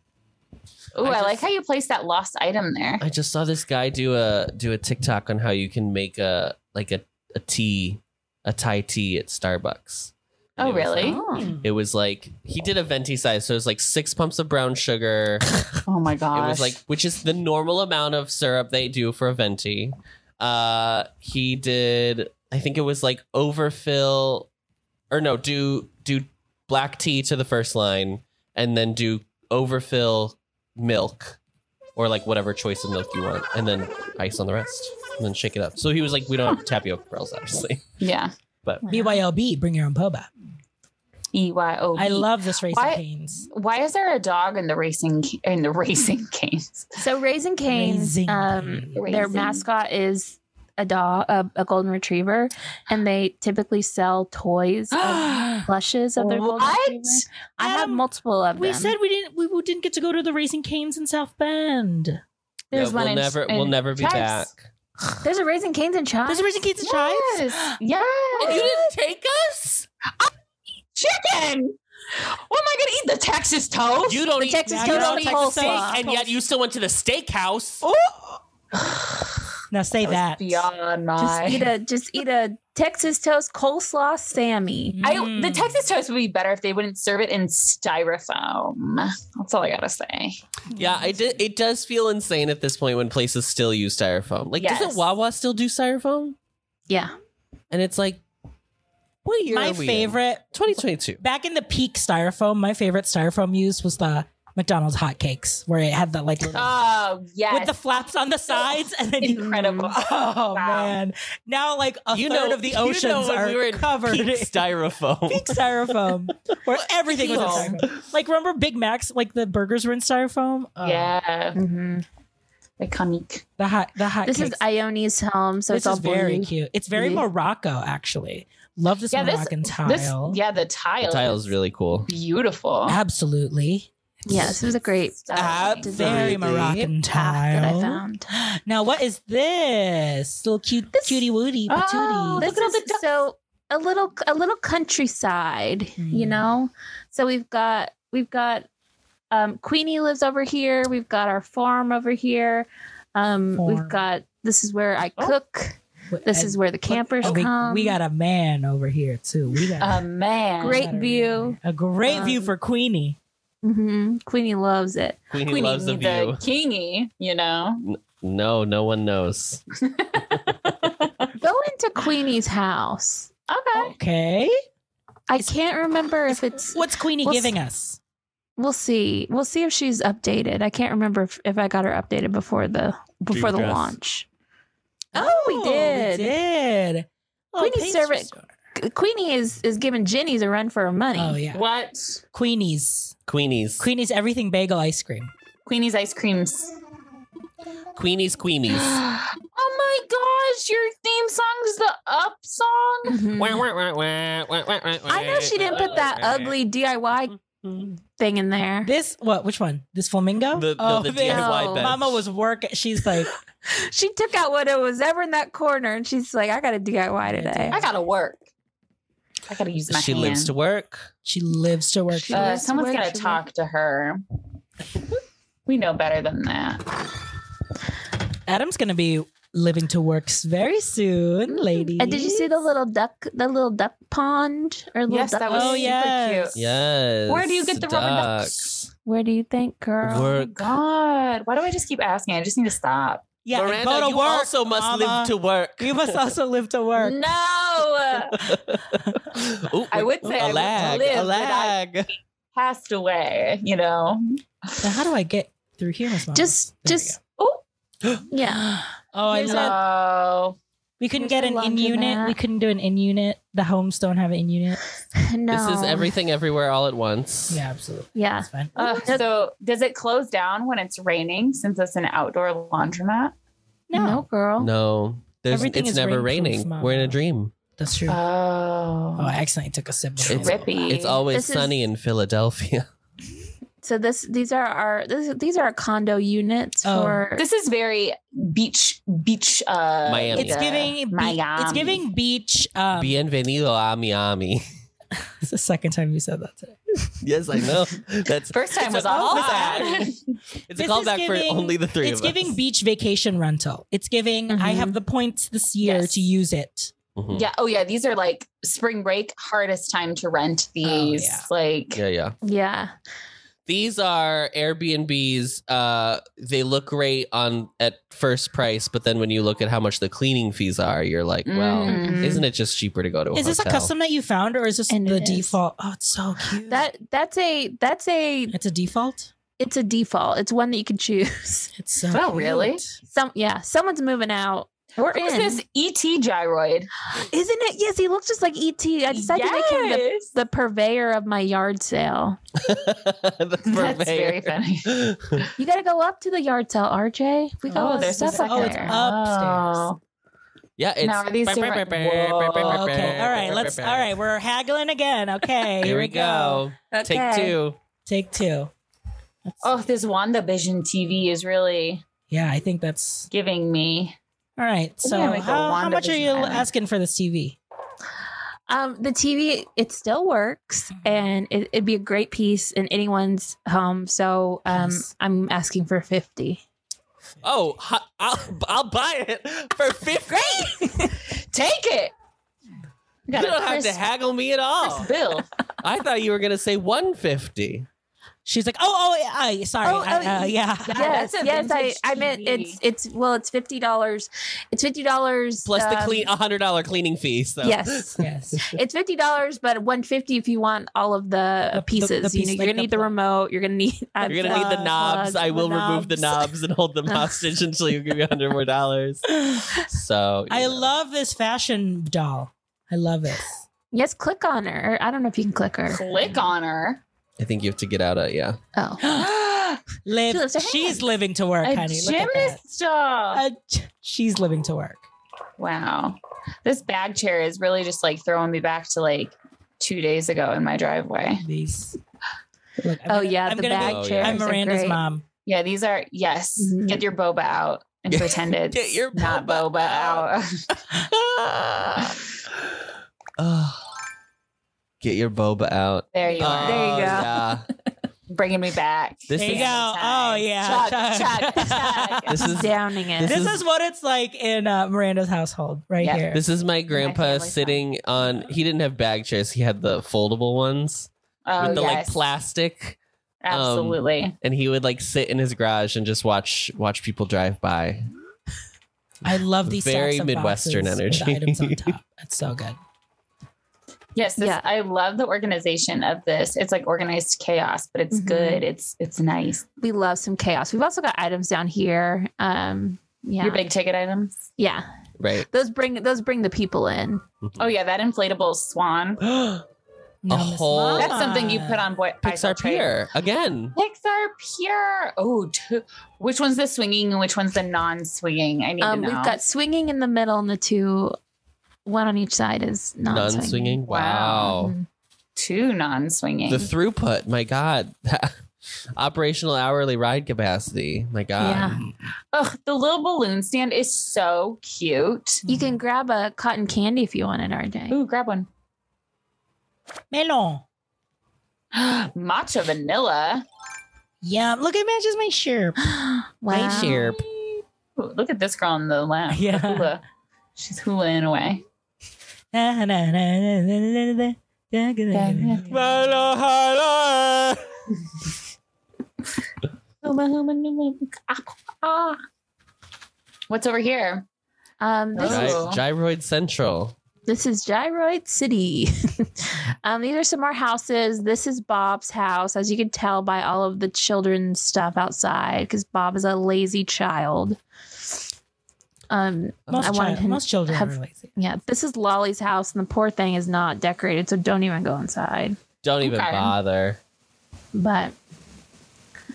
[SPEAKER 5] Oh,
[SPEAKER 3] I
[SPEAKER 5] I,
[SPEAKER 3] just-
[SPEAKER 5] like how you placed that lost item there.
[SPEAKER 3] I just saw this guy do a do a TikTok on how you can make a like a, a tea, a Thai tea at Starbucks. And
[SPEAKER 5] Oh,
[SPEAKER 3] it was like-
[SPEAKER 5] really?
[SPEAKER 1] Mm.
[SPEAKER 3] it was like he did a venti size, so it was like six pumps of brown sugar.
[SPEAKER 5] Oh my gosh.
[SPEAKER 3] It was like, which is the normal amount of syrup they do for a venti. Uh, he did, I think it was like overfill, or no, do do black tea to the first line, and then do overfill milk, or like whatever choice of milk you want, and then ice on the rest, and then shake it up. So he was like, we don't have tapioca pearls, obviously.
[SPEAKER 5] yeah.
[SPEAKER 1] BYLB, bring your own boba.
[SPEAKER 5] E Y O. B.
[SPEAKER 1] I love this race
[SPEAKER 5] Why-
[SPEAKER 1] of canes.
[SPEAKER 5] Why is there a dog in the racing in the racing games?
[SPEAKER 4] So Raising Cane's
[SPEAKER 1] Raising
[SPEAKER 4] um,
[SPEAKER 1] Cane.
[SPEAKER 4] their
[SPEAKER 5] Raising.
[SPEAKER 4] mascot is a dog, a, a golden retriever, and they typically sell toys, of plushes of their golden
[SPEAKER 5] What?
[SPEAKER 4] retriever. I have
[SPEAKER 1] Adam,
[SPEAKER 4] multiple of
[SPEAKER 1] We
[SPEAKER 4] them.
[SPEAKER 1] said we didn't we, we didn't get to go to the Raising Canes in South Bend.
[SPEAKER 5] There's
[SPEAKER 3] Yeah,
[SPEAKER 5] one
[SPEAKER 3] we'll
[SPEAKER 5] in-
[SPEAKER 3] never, we'll
[SPEAKER 5] in
[SPEAKER 3] never be
[SPEAKER 5] Chives.
[SPEAKER 3] back.
[SPEAKER 4] There's a Raising Cane's in Chives.
[SPEAKER 1] There's a Raising Canes in Chives?
[SPEAKER 5] Yes. Yes.
[SPEAKER 3] Oh, didn't take us.
[SPEAKER 5] chicken. What am I gonna eat? The Texas toast?
[SPEAKER 3] You don't
[SPEAKER 4] The
[SPEAKER 3] eat
[SPEAKER 4] Texas
[SPEAKER 1] Yeah,
[SPEAKER 3] you
[SPEAKER 1] you're
[SPEAKER 3] don't
[SPEAKER 1] on
[SPEAKER 4] Totem
[SPEAKER 3] eat
[SPEAKER 1] Texas
[SPEAKER 3] steak,
[SPEAKER 1] Hold'em.
[SPEAKER 4] Coleslaw.
[SPEAKER 3] and yet you still went to the steakhouse.
[SPEAKER 1] Now say that.
[SPEAKER 5] beyond
[SPEAKER 4] Just
[SPEAKER 5] my.
[SPEAKER 4] eat a just eat a Texas toast coleslaw Sammy.
[SPEAKER 5] I,
[SPEAKER 1] Mm.
[SPEAKER 3] Mm.
[SPEAKER 5] the Texas toast would be better if they wouldn't serve it in styrofoam. That's all I gotta say.
[SPEAKER 3] Yeah, I did. It does feel insane at this point when places still use styrofoam. Like,
[SPEAKER 5] Yes.
[SPEAKER 3] doesn't Wawa still do styrofoam?
[SPEAKER 4] Yeah.
[SPEAKER 3] And it's like, what year?
[SPEAKER 1] My
[SPEAKER 3] are we
[SPEAKER 1] favorite
[SPEAKER 3] twenty twenty two.
[SPEAKER 1] back in the peak styrofoam, my favorite styrofoam use was the McDonald's hotcakes where it had that like little-
[SPEAKER 5] Oh yes,
[SPEAKER 1] with the flaps on the sides and then you-
[SPEAKER 5] incredible.
[SPEAKER 1] Oh
[SPEAKER 5] Wow.
[SPEAKER 1] man! Now like a
[SPEAKER 3] You
[SPEAKER 1] third
[SPEAKER 3] know-
[SPEAKER 1] of the
[SPEAKER 3] you know
[SPEAKER 1] oceans
[SPEAKER 3] when
[SPEAKER 1] are
[SPEAKER 3] we were in
[SPEAKER 1] covered
[SPEAKER 3] Peak
[SPEAKER 1] in
[SPEAKER 3] styrofoam.
[SPEAKER 1] peak styrofoam, where everything was in
[SPEAKER 5] Peak.
[SPEAKER 1] styrofoam. Like remember Big Macs? Like the burgers were in styrofoam. Oh,
[SPEAKER 5] yeah,
[SPEAKER 4] Mhm.
[SPEAKER 5] iconic.
[SPEAKER 1] the hot the hot.
[SPEAKER 4] This is
[SPEAKER 1] cakes.
[SPEAKER 4] Ione's home, so
[SPEAKER 1] this
[SPEAKER 4] it's all
[SPEAKER 1] is very
[SPEAKER 4] blue.
[SPEAKER 1] cute. It's very
[SPEAKER 4] Blue.
[SPEAKER 1] Morocco actually. Love this
[SPEAKER 5] Yeah, this-
[SPEAKER 1] Moroccan
[SPEAKER 5] This,
[SPEAKER 1] tile.
[SPEAKER 5] yeah, the tile.
[SPEAKER 3] The tile's really cool.
[SPEAKER 5] beautiful.
[SPEAKER 1] Absolutely.
[SPEAKER 4] Yes, it was a great
[SPEAKER 5] Ab-
[SPEAKER 1] Very
[SPEAKER 3] Absolutely.
[SPEAKER 1] Moroccan
[SPEAKER 4] that I
[SPEAKER 1] tile.
[SPEAKER 4] found.
[SPEAKER 1] Now what is this? Little cute
[SPEAKER 4] This-
[SPEAKER 1] cutie wooty
[SPEAKER 5] Oh,
[SPEAKER 1] patootie.
[SPEAKER 5] this- Look
[SPEAKER 4] This
[SPEAKER 5] at all
[SPEAKER 4] is
[SPEAKER 5] the ducks.
[SPEAKER 4] so a little a little countryside, you
[SPEAKER 1] Hmm.
[SPEAKER 4] know. So we've got we've got um, Queenie lives over here. We've got our farm over here. Um,
[SPEAKER 1] Farm.
[SPEAKER 4] We've got this is where I
[SPEAKER 5] Oh.
[SPEAKER 4] cook. This
[SPEAKER 1] And-
[SPEAKER 4] is where the campers
[SPEAKER 1] Oh, uh, we,
[SPEAKER 4] come. Um,
[SPEAKER 1] we got a man over here too. We got
[SPEAKER 5] A man.
[SPEAKER 1] we
[SPEAKER 4] Great
[SPEAKER 1] got a
[SPEAKER 4] view.
[SPEAKER 1] man. A great view
[SPEAKER 4] Um,
[SPEAKER 1] for Queenie.
[SPEAKER 4] hmm Queenie loves it.
[SPEAKER 3] Queenie,
[SPEAKER 5] Queenie
[SPEAKER 3] loves the view.
[SPEAKER 5] kingy, you know.
[SPEAKER 3] No, no one knows.
[SPEAKER 4] Go into Queenie's house.
[SPEAKER 5] Okay.
[SPEAKER 1] Okay.
[SPEAKER 4] I can't remember if it's
[SPEAKER 1] What's Queenie
[SPEAKER 4] What's-
[SPEAKER 1] giving us?
[SPEAKER 4] We'll see. We'll see if she's updated. I can't remember if, if I got her updated before the before
[SPEAKER 7] you
[SPEAKER 4] the
[SPEAKER 7] dress?
[SPEAKER 4] launch. Oh, we did.
[SPEAKER 1] We did. Oh,
[SPEAKER 4] Queenie's
[SPEAKER 1] pastry
[SPEAKER 4] servant-
[SPEAKER 1] store.
[SPEAKER 4] Queenie is is giving Jenny's a run for her money.
[SPEAKER 1] Oh yeah.
[SPEAKER 5] What?
[SPEAKER 1] Queenie's.
[SPEAKER 3] Queenies.
[SPEAKER 1] Queenie's everything bagel ice cream.
[SPEAKER 5] Queenie's ice creams.
[SPEAKER 3] Queenies, Queenies.
[SPEAKER 5] oh my gosh, your theme song's the up song?
[SPEAKER 4] Mhm. I know she didn't put that ugly DIY thing in there.
[SPEAKER 1] This what? Which one? This flamingo?
[SPEAKER 3] The, the, the
[SPEAKER 1] this-
[SPEAKER 3] DIY
[SPEAKER 4] no.
[SPEAKER 3] bench.
[SPEAKER 1] Mama was working. She's like,
[SPEAKER 4] She took out what it was ever in that corner, and she's like, "I got a DIY today."
[SPEAKER 5] I gotta work. I gotta use my
[SPEAKER 3] She
[SPEAKER 5] hand.
[SPEAKER 3] lives to work.
[SPEAKER 1] she lives to work.
[SPEAKER 4] She
[SPEAKER 5] Uh,
[SPEAKER 4] lives to
[SPEAKER 5] someone's
[SPEAKER 4] work,
[SPEAKER 5] gotta
[SPEAKER 4] she
[SPEAKER 5] talk to her. we know better than that.
[SPEAKER 1] Adam's gonna be living to works very soon,
[SPEAKER 4] Mm.
[SPEAKER 1] lady.
[SPEAKER 4] And did you see the little duck, the little duck pond or little
[SPEAKER 5] Yes,
[SPEAKER 4] duck?
[SPEAKER 5] that was
[SPEAKER 1] Oh,
[SPEAKER 5] super
[SPEAKER 1] yes.
[SPEAKER 5] cute.
[SPEAKER 3] Yes.
[SPEAKER 5] Where do you get the rubber ducks?
[SPEAKER 4] Where do you think, girl?
[SPEAKER 3] Work.
[SPEAKER 5] God, why do I just keep asking? I just need to stop.
[SPEAKER 1] Yeah, and
[SPEAKER 3] Miranda,
[SPEAKER 1] go to
[SPEAKER 3] you
[SPEAKER 1] work,
[SPEAKER 3] also must
[SPEAKER 1] mama.
[SPEAKER 3] live to work.
[SPEAKER 1] You must also live to work.
[SPEAKER 5] No,
[SPEAKER 3] Ooh,
[SPEAKER 5] I would say I
[SPEAKER 3] a
[SPEAKER 5] would
[SPEAKER 3] lag,
[SPEAKER 5] live,
[SPEAKER 3] a
[SPEAKER 5] but I-
[SPEAKER 3] lag.
[SPEAKER 5] passed away. You know.
[SPEAKER 1] Now, how do I get through here, Miss Mama?
[SPEAKER 4] Just,
[SPEAKER 1] There we
[SPEAKER 4] just,
[SPEAKER 5] Oh.
[SPEAKER 4] yeah.
[SPEAKER 1] Oh, I
[SPEAKER 4] Here's
[SPEAKER 1] love.
[SPEAKER 5] Oh,
[SPEAKER 1] we couldn't
[SPEAKER 4] here's
[SPEAKER 1] get an
[SPEAKER 4] a
[SPEAKER 1] in unit.
[SPEAKER 4] laundromat.
[SPEAKER 1] We couldn't do an in unit. The homes don't have an in unit.
[SPEAKER 4] No.
[SPEAKER 3] This is everything, everywhere, all at once.
[SPEAKER 1] Yeah, absolutely.
[SPEAKER 4] Yeah.
[SPEAKER 1] That's fine.
[SPEAKER 5] Ugh, so does it close down when it's raining since it's an outdoor laundromat?
[SPEAKER 4] No, girl.
[SPEAKER 3] No, there's,
[SPEAKER 1] Everything
[SPEAKER 3] it's
[SPEAKER 1] is
[SPEAKER 3] never
[SPEAKER 1] rainproof,
[SPEAKER 3] raining.
[SPEAKER 1] Mama.
[SPEAKER 3] We're in a dream.
[SPEAKER 1] That's true.
[SPEAKER 5] Oh,
[SPEAKER 1] oh, I accidentally took a sip.
[SPEAKER 3] It's-
[SPEAKER 5] trippy.
[SPEAKER 3] It's always
[SPEAKER 4] This is-
[SPEAKER 3] sunny in Philadelphia.
[SPEAKER 4] So this these are our this, these are our condo units
[SPEAKER 1] Oh.
[SPEAKER 4] for
[SPEAKER 5] this is very beach beach uh
[SPEAKER 3] Miami.
[SPEAKER 1] It's
[SPEAKER 5] uh,
[SPEAKER 1] giving. Be-
[SPEAKER 5] Miami.
[SPEAKER 1] it's giving beach. Um,
[SPEAKER 3] Bienvenido a Miami.
[SPEAKER 1] it's the second time you said that today.
[SPEAKER 3] yes, I know. That's
[SPEAKER 5] First time
[SPEAKER 3] It's
[SPEAKER 5] was
[SPEAKER 3] a
[SPEAKER 5] all
[SPEAKER 3] callback.
[SPEAKER 5] bad.
[SPEAKER 3] it's a
[SPEAKER 1] This is
[SPEAKER 3] callback for
[SPEAKER 1] giving-
[SPEAKER 3] only the three
[SPEAKER 1] it's
[SPEAKER 3] of us.
[SPEAKER 1] giving beach vacation rental. It's giving. I have the points this year
[SPEAKER 5] Mm-hmm. Yes.
[SPEAKER 1] to use it.
[SPEAKER 3] Mhm.
[SPEAKER 5] Yeah. Oh, yeah. These are like spring break, hardest time to rent these.
[SPEAKER 1] yeah.
[SPEAKER 5] Like,
[SPEAKER 3] yeah, yeah.
[SPEAKER 4] yeah.
[SPEAKER 3] These are Airbnbs. Uh, they look great on at first price, but then when you look at how much the cleaning fees are, you're like, well,
[SPEAKER 5] Mhm.
[SPEAKER 3] isn't it just cheaper to go to a
[SPEAKER 1] Is this a
[SPEAKER 3] hotel?
[SPEAKER 1] custom that you found, or is this
[SPEAKER 4] And
[SPEAKER 1] the
[SPEAKER 4] it is.
[SPEAKER 1] default? Oh, it's so cute.
[SPEAKER 4] That that's a that's a
[SPEAKER 1] it's a default.
[SPEAKER 4] it's a default. It's one that you can choose.
[SPEAKER 1] It's so.
[SPEAKER 5] Oh, really?
[SPEAKER 1] cute.
[SPEAKER 4] Some yeah, someone's moving out. We're
[SPEAKER 5] who's
[SPEAKER 4] in.
[SPEAKER 5] this ET gyroid?
[SPEAKER 4] Isn't it? Yes, he looks just like ET. I decided to make him the,
[SPEAKER 5] Yes.
[SPEAKER 4] the purveyor of my yard sale.
[SPEAKER 3] the
[SPEAKER 5] That's very
[SPEAKER 3] purveyor.
[SPEAKER 5] funny.
[SPEAKER 4] You got to go up to the yard sale, RJ. We got
[SPEAKER 1] Oh,
[SPEAKER 4] a lot of
[SPEAKER 1] there's
[SPEAKER 4] stuff
[SPEAKER 1] this-
[SPEAKER 4] up
[SPEAKER 1] oh, it's
[SPEAKER 4] there.
[SPEAKER 1] up. upstairs.
[SPEAKER 5] Oh.
[SPEAKER 3] yeah, it's
[SPEAKER 5] now are these different? Whoa.
[SPEAKER 1] Okay. All right. Let's. All right. We're haggling again. Okay.
[SPEAKER 3] Here we go. Take
[SPEAKER 4] Okay.
[SPEAKER 3] two.
[SPEAKER 1] Take two.
[SPEAKER 5] Oh, this WandaVision TV is really
[SPEAKER 1] Yeah, I think that's
[SPEAKER 5] giving me.
[SPEAKER 1] all right. So
[SPEAKER 5] gonna make a
[SPEAKER 1] how, how much are
[SPEAKER 5] WandaVision
[SPEAKER 1] you
[SPEAKER 5] island.
[SPEAKER 1] asking for this TV?
[SPEAKER 4] Um, the TV it still works,
[SPEAKER 3] Mm-hmm.
[SPEAKER 4] and it, it'd be a great piece in anyone's home. So um,
[SPEAKER 1] Yes.
[SPEAKER 4] I'm asking for fifty.
[SPEAKER 3] Oh, hi- I'll, I'll buy it for fifty.
[SPEAKER 5] Take it.
[SPEAKER 3] You don't have to haggle me at all.
[SPEAKER 5] Bill.
[SPEAKER 3] I thought you were gonna say one fifty.
[SPEAKER 1] She's like, oh, oh, I, sorry,
[SPEAKER 4] Oh,
[SPEAKER 1] I,
[SPEAKER 4] oh,
[SPEAKER 1] uh, yeah.
[SPEAKER 5] yeah.
[SPEAKER 4] yes,
[SPEAKER 5] that's a
[SPEAKER 4] yes, I,
[SPEAKER 5] vintage
[SPEAKER 4] I meant
[SPEAKER 5] TV.
[SPEAKER 4] it's it's well, it's fifty dollars. It's fifty dollars um,
[SPEAKER 3] plus the clean a hundred dollar cleaning fee. So
[SPEAKER 4] Yes,
[SPEAKER 1] Yes.
[SPEAKER 4] it's fifty dollars, but one fifty if you want all of the,
[SPEAKER 1] The- the-
[SPEAKER 4] pieces.
[SPEAKER 1] the
[SPEAKER 4] you
[SPEAKER 1] piece,
[SPEAKER 4] know, you're
[SPEAKER 1] like
[SPEAKER 4] gonna
[SPEAKER 1] the
[SPEAKER 4] need the
[SPEAKER 1] pl-
[SPEAKER 4] remote. You're gonna need. I've
[SPEAKER 3] You're gonna need the
[SPEAKER 4] got
[SPEAKER 3] knobs.
[SPEAKER 4] plugs,
[SPEAKER 3] I will
[SPEAKER 4] the
[SPEAKER 3] remove the knobs and hold them hostage until you give me a hundred more dollars. So you
[SPEAKER 1] I
[SPEAKER 3] know.
[SPEAKER 1] love this fashion doll. I love it.
[SPEAKER 4] Yes, click on her. I don't know if you can click her.
[SPEAKER 5] Click on her.
[SPEAKER 3] I think you have to get out of yeah.
[SPEAKER 4] Oh,
[SPEAKER 1] Live.
[SPEAKER 4] She lives her
[SPEAKER 1] she's
[SPEAKER 4] hand.
[SPEAKER 1] living to work,
[SPEAKER 5] A
[SPEAKER 1] honey. Look at that.
[SPEAKER 5] gymnast doll.
[SPEAKER 1] A g- she's living to work.
[SPEAKER 5] Wow. This bag chair is really just like throwing me back to like two days ago in my driveway.
[SPEAKER 1] These. Look, I'm
[SPEAKER 4] oh
[SPEAKER 1] gonna-
[SPEAKER 4] yeah,
[SPEAKER 1] I'm
[SPEAKER 4] the
[SPEAKER 1] gonna
[SPEAKER 4] bag
[SPEAKER 3] go-
[SPEAKER 1] Go,
[SPEAKER 3] Oh,
[SPEAKER 4] chairs
[SPEAKER 1] I'm
[SPEAKER 4] are
[SPEAKER 1] Miranda's
[SPEAKER 4] great.
[SPEAKER 1] mom.
[SPEAKER 5] Yeah, these are yes.
[SPEAKER 1] Mm-hmm.
[SPEAKER 4] Mhm.
[SPEAKER 5] Get your boba out and pretend it's
[SPEAKER 3] Get your
[SPEAKER 5] not
[SPEAKER 3] boba
[SPEAKER 5] boba out.
[SPEAKER 3] Ugh. get your boba out.
[SPEAKER 5] there you
[SPEAKER 3] Oh,
[SPEAKER 5] are.
[SPEAKER 4] There you go.
[SPEAKER 3] yeah.
[SPEAKER 5] Bringing me back.
[SPEAKER 3] This
[SPEAKER 1] There
[SPEAKER 3] is
[SPEAKER 1] you go. Oh yeah.
[SPEAKER 5] Chug,
[SPEAKER 1] Chug.
[SPEAKER 5] chug, chug.
[SPEAKER 3] this is
[SPEAKER 4] Downing it.
[SPEAKER 3] This
[SPEAKER 1] This
[SPEAKER 3] is-
[SPEAKER 1] is what it's like in uh, Miranda's household, right
[SPEAKER 5] Yeah.
[SPEAKER 1] here.
[SPEAKER 3] this is my grandpa
[SPEAKER 5] family's
[SPEAKER 3] sitting on. He didn't have bag chairs. He had the foldable ones
[SPEAKER 5] Oh,
[SPEAKER 3] with the like
[SPEAKER 5] yes.
[SPEAKER 3] plastic.
[SPEAKER 4] Um,
[SPEAKER 5] Absolutely.
[SPEAKER 3] and he would like sit in his garage and just watch watch people drive by.
[SPEAKER 1] I love these
[SPEAKER 3] Very
[SPEAKER 1] sacks of
[SPEAKER 3] Midwestern
[SPEAKER 1] boxes with
[SPEAKER 3] energy.
[SPEAKER 1] items on top. It's so good.
[SPEAKER 5] Yes, this,
[SPEAKER 4] Yeah.
[SPEAKER 5] I love the organization of this. It's like organized chaos, but it's
[SPEAKER 4] Mhm.
[SPEAKER 5] good. It's it's nice.
[SPEAKER 4] We love some chaos. We've also got items down here. Um, yeah,
[SPEAKER 5] Your big ticket items.
[SPEAKER 4] yeah.
[SPEAKER 3] Right.
[SPEAKER 4] Those bring those bring the people in.
[SPEAKER 5] Oh yeah, that inflatable swan.
[SPEAKER 1] No,
[SPEAKER 3] A
[SPEAKER 1] Miss
[SPEAKER 3] whole-
[SPEAKER 5] That's something you put on boy.
[SPEAKER 3] Pixar
[SPEAKER 5] Eiffel Trade.
[SPEAKER 3] Pier again.
[SPEAKER 5] Pixar Pier. Oh, two. which one's the swinging and which one's the non-swinging? I need
[SPEAKER 4] Um,
[SPEAKER 5] to know.
[SPEAKER 4] we've got swinging in the middle, and the two, one on each side is non
[SPEAKER 3] Non
[SPEAKER 4] swinging.
[SPEAKER 3] swinging. Wow.
[SPEAKER 5] Wow. two non-swinging.
[SPEAKER 3] The throughput. My God. Operational hourly ride capacity. My God.
[SPEAKER 5] Ugh, the little balloon stand is so cute.
[SPEAKER 4] You can grab a cotton candy if you want it, RJ.
[SPEAKER 5] Ooh, grab one.
[SPEAKER 1] Melon.
[SPEAKER 5] Matcha vanilla.
[SPEAKER 1] Yeah, look it matches my shirt.
[SPEAKER 4] wow.
[SPEAKER 5] Ooh, look at this girl on the left.
[SPEAKER 1] Yeah.
[SPEAKER 5] The hula. She's hulaing away.
[SPEAKER 1] Na, na, na, na, na, na, na, na, na, na, na.
[SPEAKER 5] What's over here?
[SPEAKER 4] Um, this,
[SPEAKER 5] Alright.
[SPEAKER 4] is,
[SPEAKER 5] Ooh.
[SPEAKER 3] Gy- gyroid Central.
[SPEAKER 4] this is Gyroid City. um, these are some more houses. This is Bob's house, as you can tell by all of the children's stuff outside, because Bob is a lazy child. Um,
[SPEAKER 1] Most,
[SPEAKER 4] I wanted
[SPEAKER 1] child,
[SPEAKER 4] him
[SPEAKER 1] most children
[SPEAKER 4] have-
[SPEAKER 1] are lazy.
[SPEAKER 4] yeah, this is Lolly's house, and the poor thing is not decorated, so don't even go inside.
[SPEAKER 3] Don't even
[SPEAKER 5] Okay.
[SPEAKER 3] bother.
[SPEAKER 4] But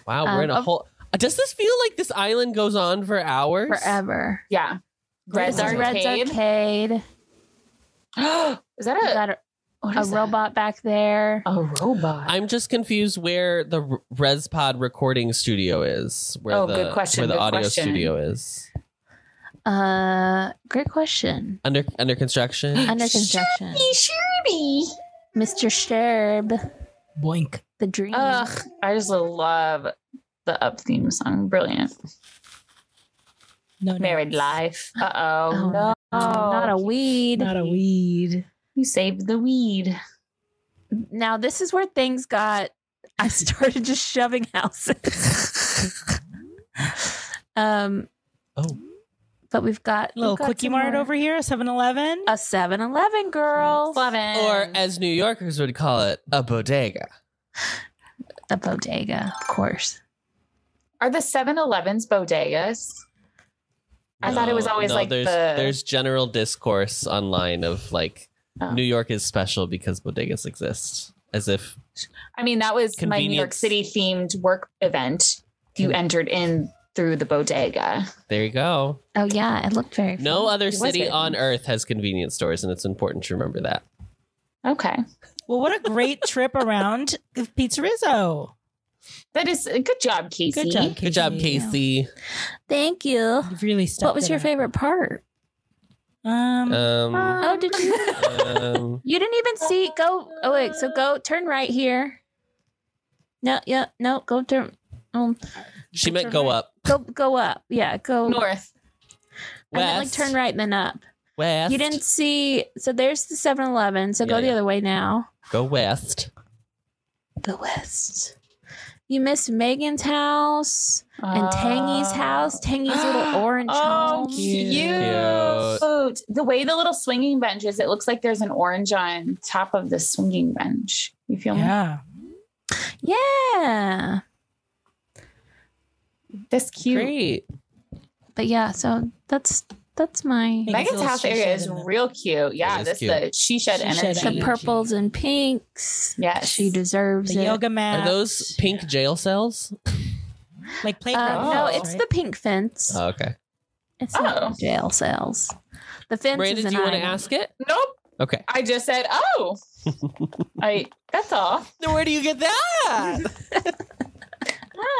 [SPEAKER 3] Wow,
[SPEAKER 4] Um,
[SPEAKER 3] we're in a
[SPEAKER 4] of-
[SPEAKER 3] whole. Does this feel like this island goes on for hours?
[SPEAKER 4] forever.
[SPEAKER 5] Yeah. Red's
[SPEAKER 4] This is Red's
[SPEAKER 5] Arcade.
[SPEAKER 4] Arcade.
[SPEAKER 5] is that
[SPEAKER 4] We
[SPEAKER 5] a,
[SPEAKER 4] got a,
[SPEAKER 5] what
[SPEAKER 4] a
[SPEAKER 5] is that?
[SPEAKER 4] robot back there.
[SPEAKER 5] A robot.
[SPEAKER 3] I'm just confused where the R- ResPod recording studio is. Where
[SPEAKER 5] Oh,
[SPEAKER 3] the,
[SPEAKER 5] good question,
[SPEAKER 3] Where the
[SPEAKER 5] good
[SPEAKER 3] audio
[SPEAKER 5] question.
[SPEAKER 3] studio is
[SPEAKER 4] Uh, great question.
[SPEAKER 3] under under construction.
[SPEAKER 4] Under construction,
[SPEAKER 2] Shirby.
[SPEAKER 4] Mr. Sherb,
[SPEAKER 1] Boink.
[SPEAKER 4] the dream.
[SPEAKER 5] Ugh, I just love the up theme song. Brilliant.
[SPEAKER 1] No, no.
[SPEAKER 5] Married life. Uh oh.
[SPEAKER 4] Oh,
[SPEAKER 5] No.
[SPEAKER 4] no, not
[SPEAKER 5] Oh.
[SPEAKER 4] a weed.
[SPEAKER 1] Not a weed.
[SPEAKER 5] You saved the weed.
[SPEAKER 4] now this is where things got. I started just shoving houses. um,
[SPEAKER 3] Oh.
[SPEAKER 4] but we've got
[SPEAKER 1] Little
[SPEAKER 4] we've got
[SPEAKER 1] quickie
[SPEAKER 4] some
[SPEAKER 1] mart
[SPEAKER 4] more-
[SPEAKER 1] over here, 7 Eleven.
[SPEAKER 4] a 7-Eleven girl,
[SPEAKER 5] Eleven.
[SPEAKER 3] or as New Yorkers would call it, a bodega.
[SPEAKER 4] a bodega, of course.
[SPEAKER 5] Are the 7 Elevens bodegas? I thought it was always like
[SPEAKER 3] there's
[SPEAKER 5] the-
[SPEAKER 3] there's general discourse online of like
[SPEAKER 5] Oh.
[SPEAKER 3] New York is special because bodegas exist, as if
[SPEAKER 5] I mean, that was my New York
[SPEAKER 3] Convenience.
[SPEAKER 5] City themed work event. You
[SPEAKER 3] Con-
[SPEAKER 5] entered in through the bodega.
[SPEAKER 3] there you go.
[SPEAKER 4] Oh yeah, it looked very.
[SPEAKER 3] No other
[SPEAKER 5] Was
[SPEAKER 3] city
[SPEAKER 5] it?
[SPEAKER 3] on earth has convenience stores, and it's important to remember that.
[SPEAKER 5] Okay.
[SPEAKER 1] Well, what a great trip around Pizza Rizzo.
[SPEAKER 5] That is uh, good job, Casey.
[SPEAKER 1] Good job, Casey.
[SPEAKER 3] Good job, Casey.
[SPEAKER 4] Thank you.
[SPEAKER 1] You've really stepped
[SPEAKER 4] What was
[SPEAKER 1] it
[SPEAKER 4] your
[SPEAKER 1] up.
[SPEAKER 4] favorite part?
[SPEAKER 1] Um,
[SPEAKER 3] Um,
[SPEAKER 4] Oh, did you?
[SPEAKER 3] um,
[SPEAKER 4] You didn't even see. Go. Oh wait. So go. Turn right here. No. Yeah. No. Go turn. Um.
[SPEAKER 3] she meant go up
[SPEAKER 4] Go. Go up. Yeah. Go.
[SPEAKER 5] Oh. North.
[SPEAKER 4] I meant like
[SPEAKER 3] west.
[SPEAKER 4] turn right and then up.
[SPEAKER 3] west.
[SPEAKER 4] You didn't see. So there's the 7-Eleven. So go
[SPEAKER 3] Yeah,
[SPEAKER 4] the
[SPEAKER 3] yeah.
[SPEAKER 4] other way now.
[SPEAKER 3] go west.
[SPEAKER 4] Go west. You missed Megan's house and Tangy's house. Tangy's little orange
[SPEAKER 5] Uh, Oh,
[SPEAKER 4] home.
[SPEAKER 5] cute.
[SPEAKER 3] Cute.
[SPEAKER 5] The way the little swinging bench is, it looks like there's an orange on top of the swinging bench. You feel
[SPEAKER 1] yeah.
[SPEAKER 4] Yeah.
[SPEAKER 5] me? That's cute.
[SPEAKER 3] Great.
[SPEAKER 4] But yeah. So that's that's my
[SPEAKER 1] Megan's
[SPEAKER 5] Megan's
[SPEAKER 1] little
[SPEAKER 5] house
[SPEAKER 1] she
[SPEAKER 5] area
[SPEAKER 1] shed
[SPEAKER 5] is
[SPEAKER 1] in the-
[SPEAKER 5] real cute. Yeah,
[SPEAKER 3] is
[SPEAKER 5] this
[SPEAKER 3] cute.
[SPEAKER 5] the she shed
[SPEAKER 1] She shed
[SPEAKER 5] energy.
[SPEAKER 4] the purples and pinks.
[SPEAKER 5] Yes.
[SPEAKER 4] She deserves
[SPEAKER 1] The
[SPEAKER 4] it.
[SPEAKER 1] yoga mat.
[SPEAKER 3] Are those pink jail cells?
[SPEAKER 1] like playground?
[SPEAKER 4] Um, no,
[SPEAKER 5] Oh.
[SPEAKER 4] it's the pink fence.
[SPEAKER 3] Oh, okay.
[SPEAKER 4] It's not
[SPEAKER 5] Oh.
[SPEAKER 4] the jail cells. The fence
[SPEAKER 3] Brandon,
[SPEAKER 4] is
[SPEAKER 3] do
[SPEAKER 4] an
[SPEAKER 3] you want to
[SPEAKER 4] item.
[SPEAKER 3] ask it?
[SPEAKER 5] Nope.
[SPEAKER 3] Okay.
[SPEAKER 5] I just said, oh. I that's all.
[SPEAKER 3] Then where do you get that?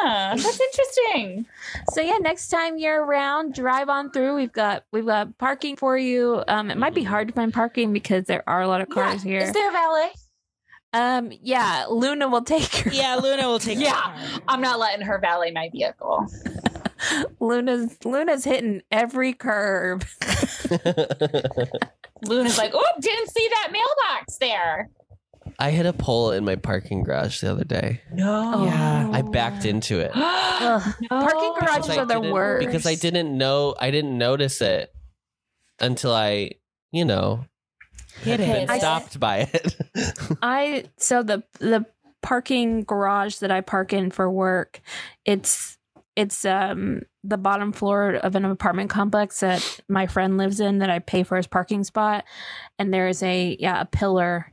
[SPEAKER 5] Ah, that's interesting.
[SPEAKER 4] So yeah, next time you're around, drive on through. We've got we've got parking for you. Um, it might be hard to find parking because there are a lot of cars here.
[SPEAKER 5] Mm-hmm. Is there a valet?
[SPEAKER 4] um, yeah, Luna will take her.
[SPEAKER 1] yeah, Luna will take.
[SPEAKER 5] Yeah. I'm not letting her valet my vehicle.
[SPEAKER 4] Luna's Luna's hitting every curb.
[SPEAKER 5] Luna's like, oh, didn't see that mailbox there.
[SPEAKER 3] I hit a pole in my parking garage the other day.
[SPEAKER 4] Oh.
[SPEAKER 1] No. Yeah.
[SPEAKER 3] I backed into it.
[SPEAKER 4] Ugh. Parking garages
[SPEAKER 3] Because I
[SPEAKER 4] are the
[SPEAKER 3] didn't-
[SPEAKER 4] worst.
[SPEAKER 3] Because I didn't know, I didn't notice it until I, you know,
[SPEAKER 1] Hit
[SPEAKER 3] have
[SPEAKER 1] it.
[SPEAKER 3] been stopped by it.
[SPEAKER 4] I so the the parking garage that I park in for work, it's it's um the bottom floor of an apartment complex that my friend lives in that I pay for his parking spot, and there is a yeah a pillar,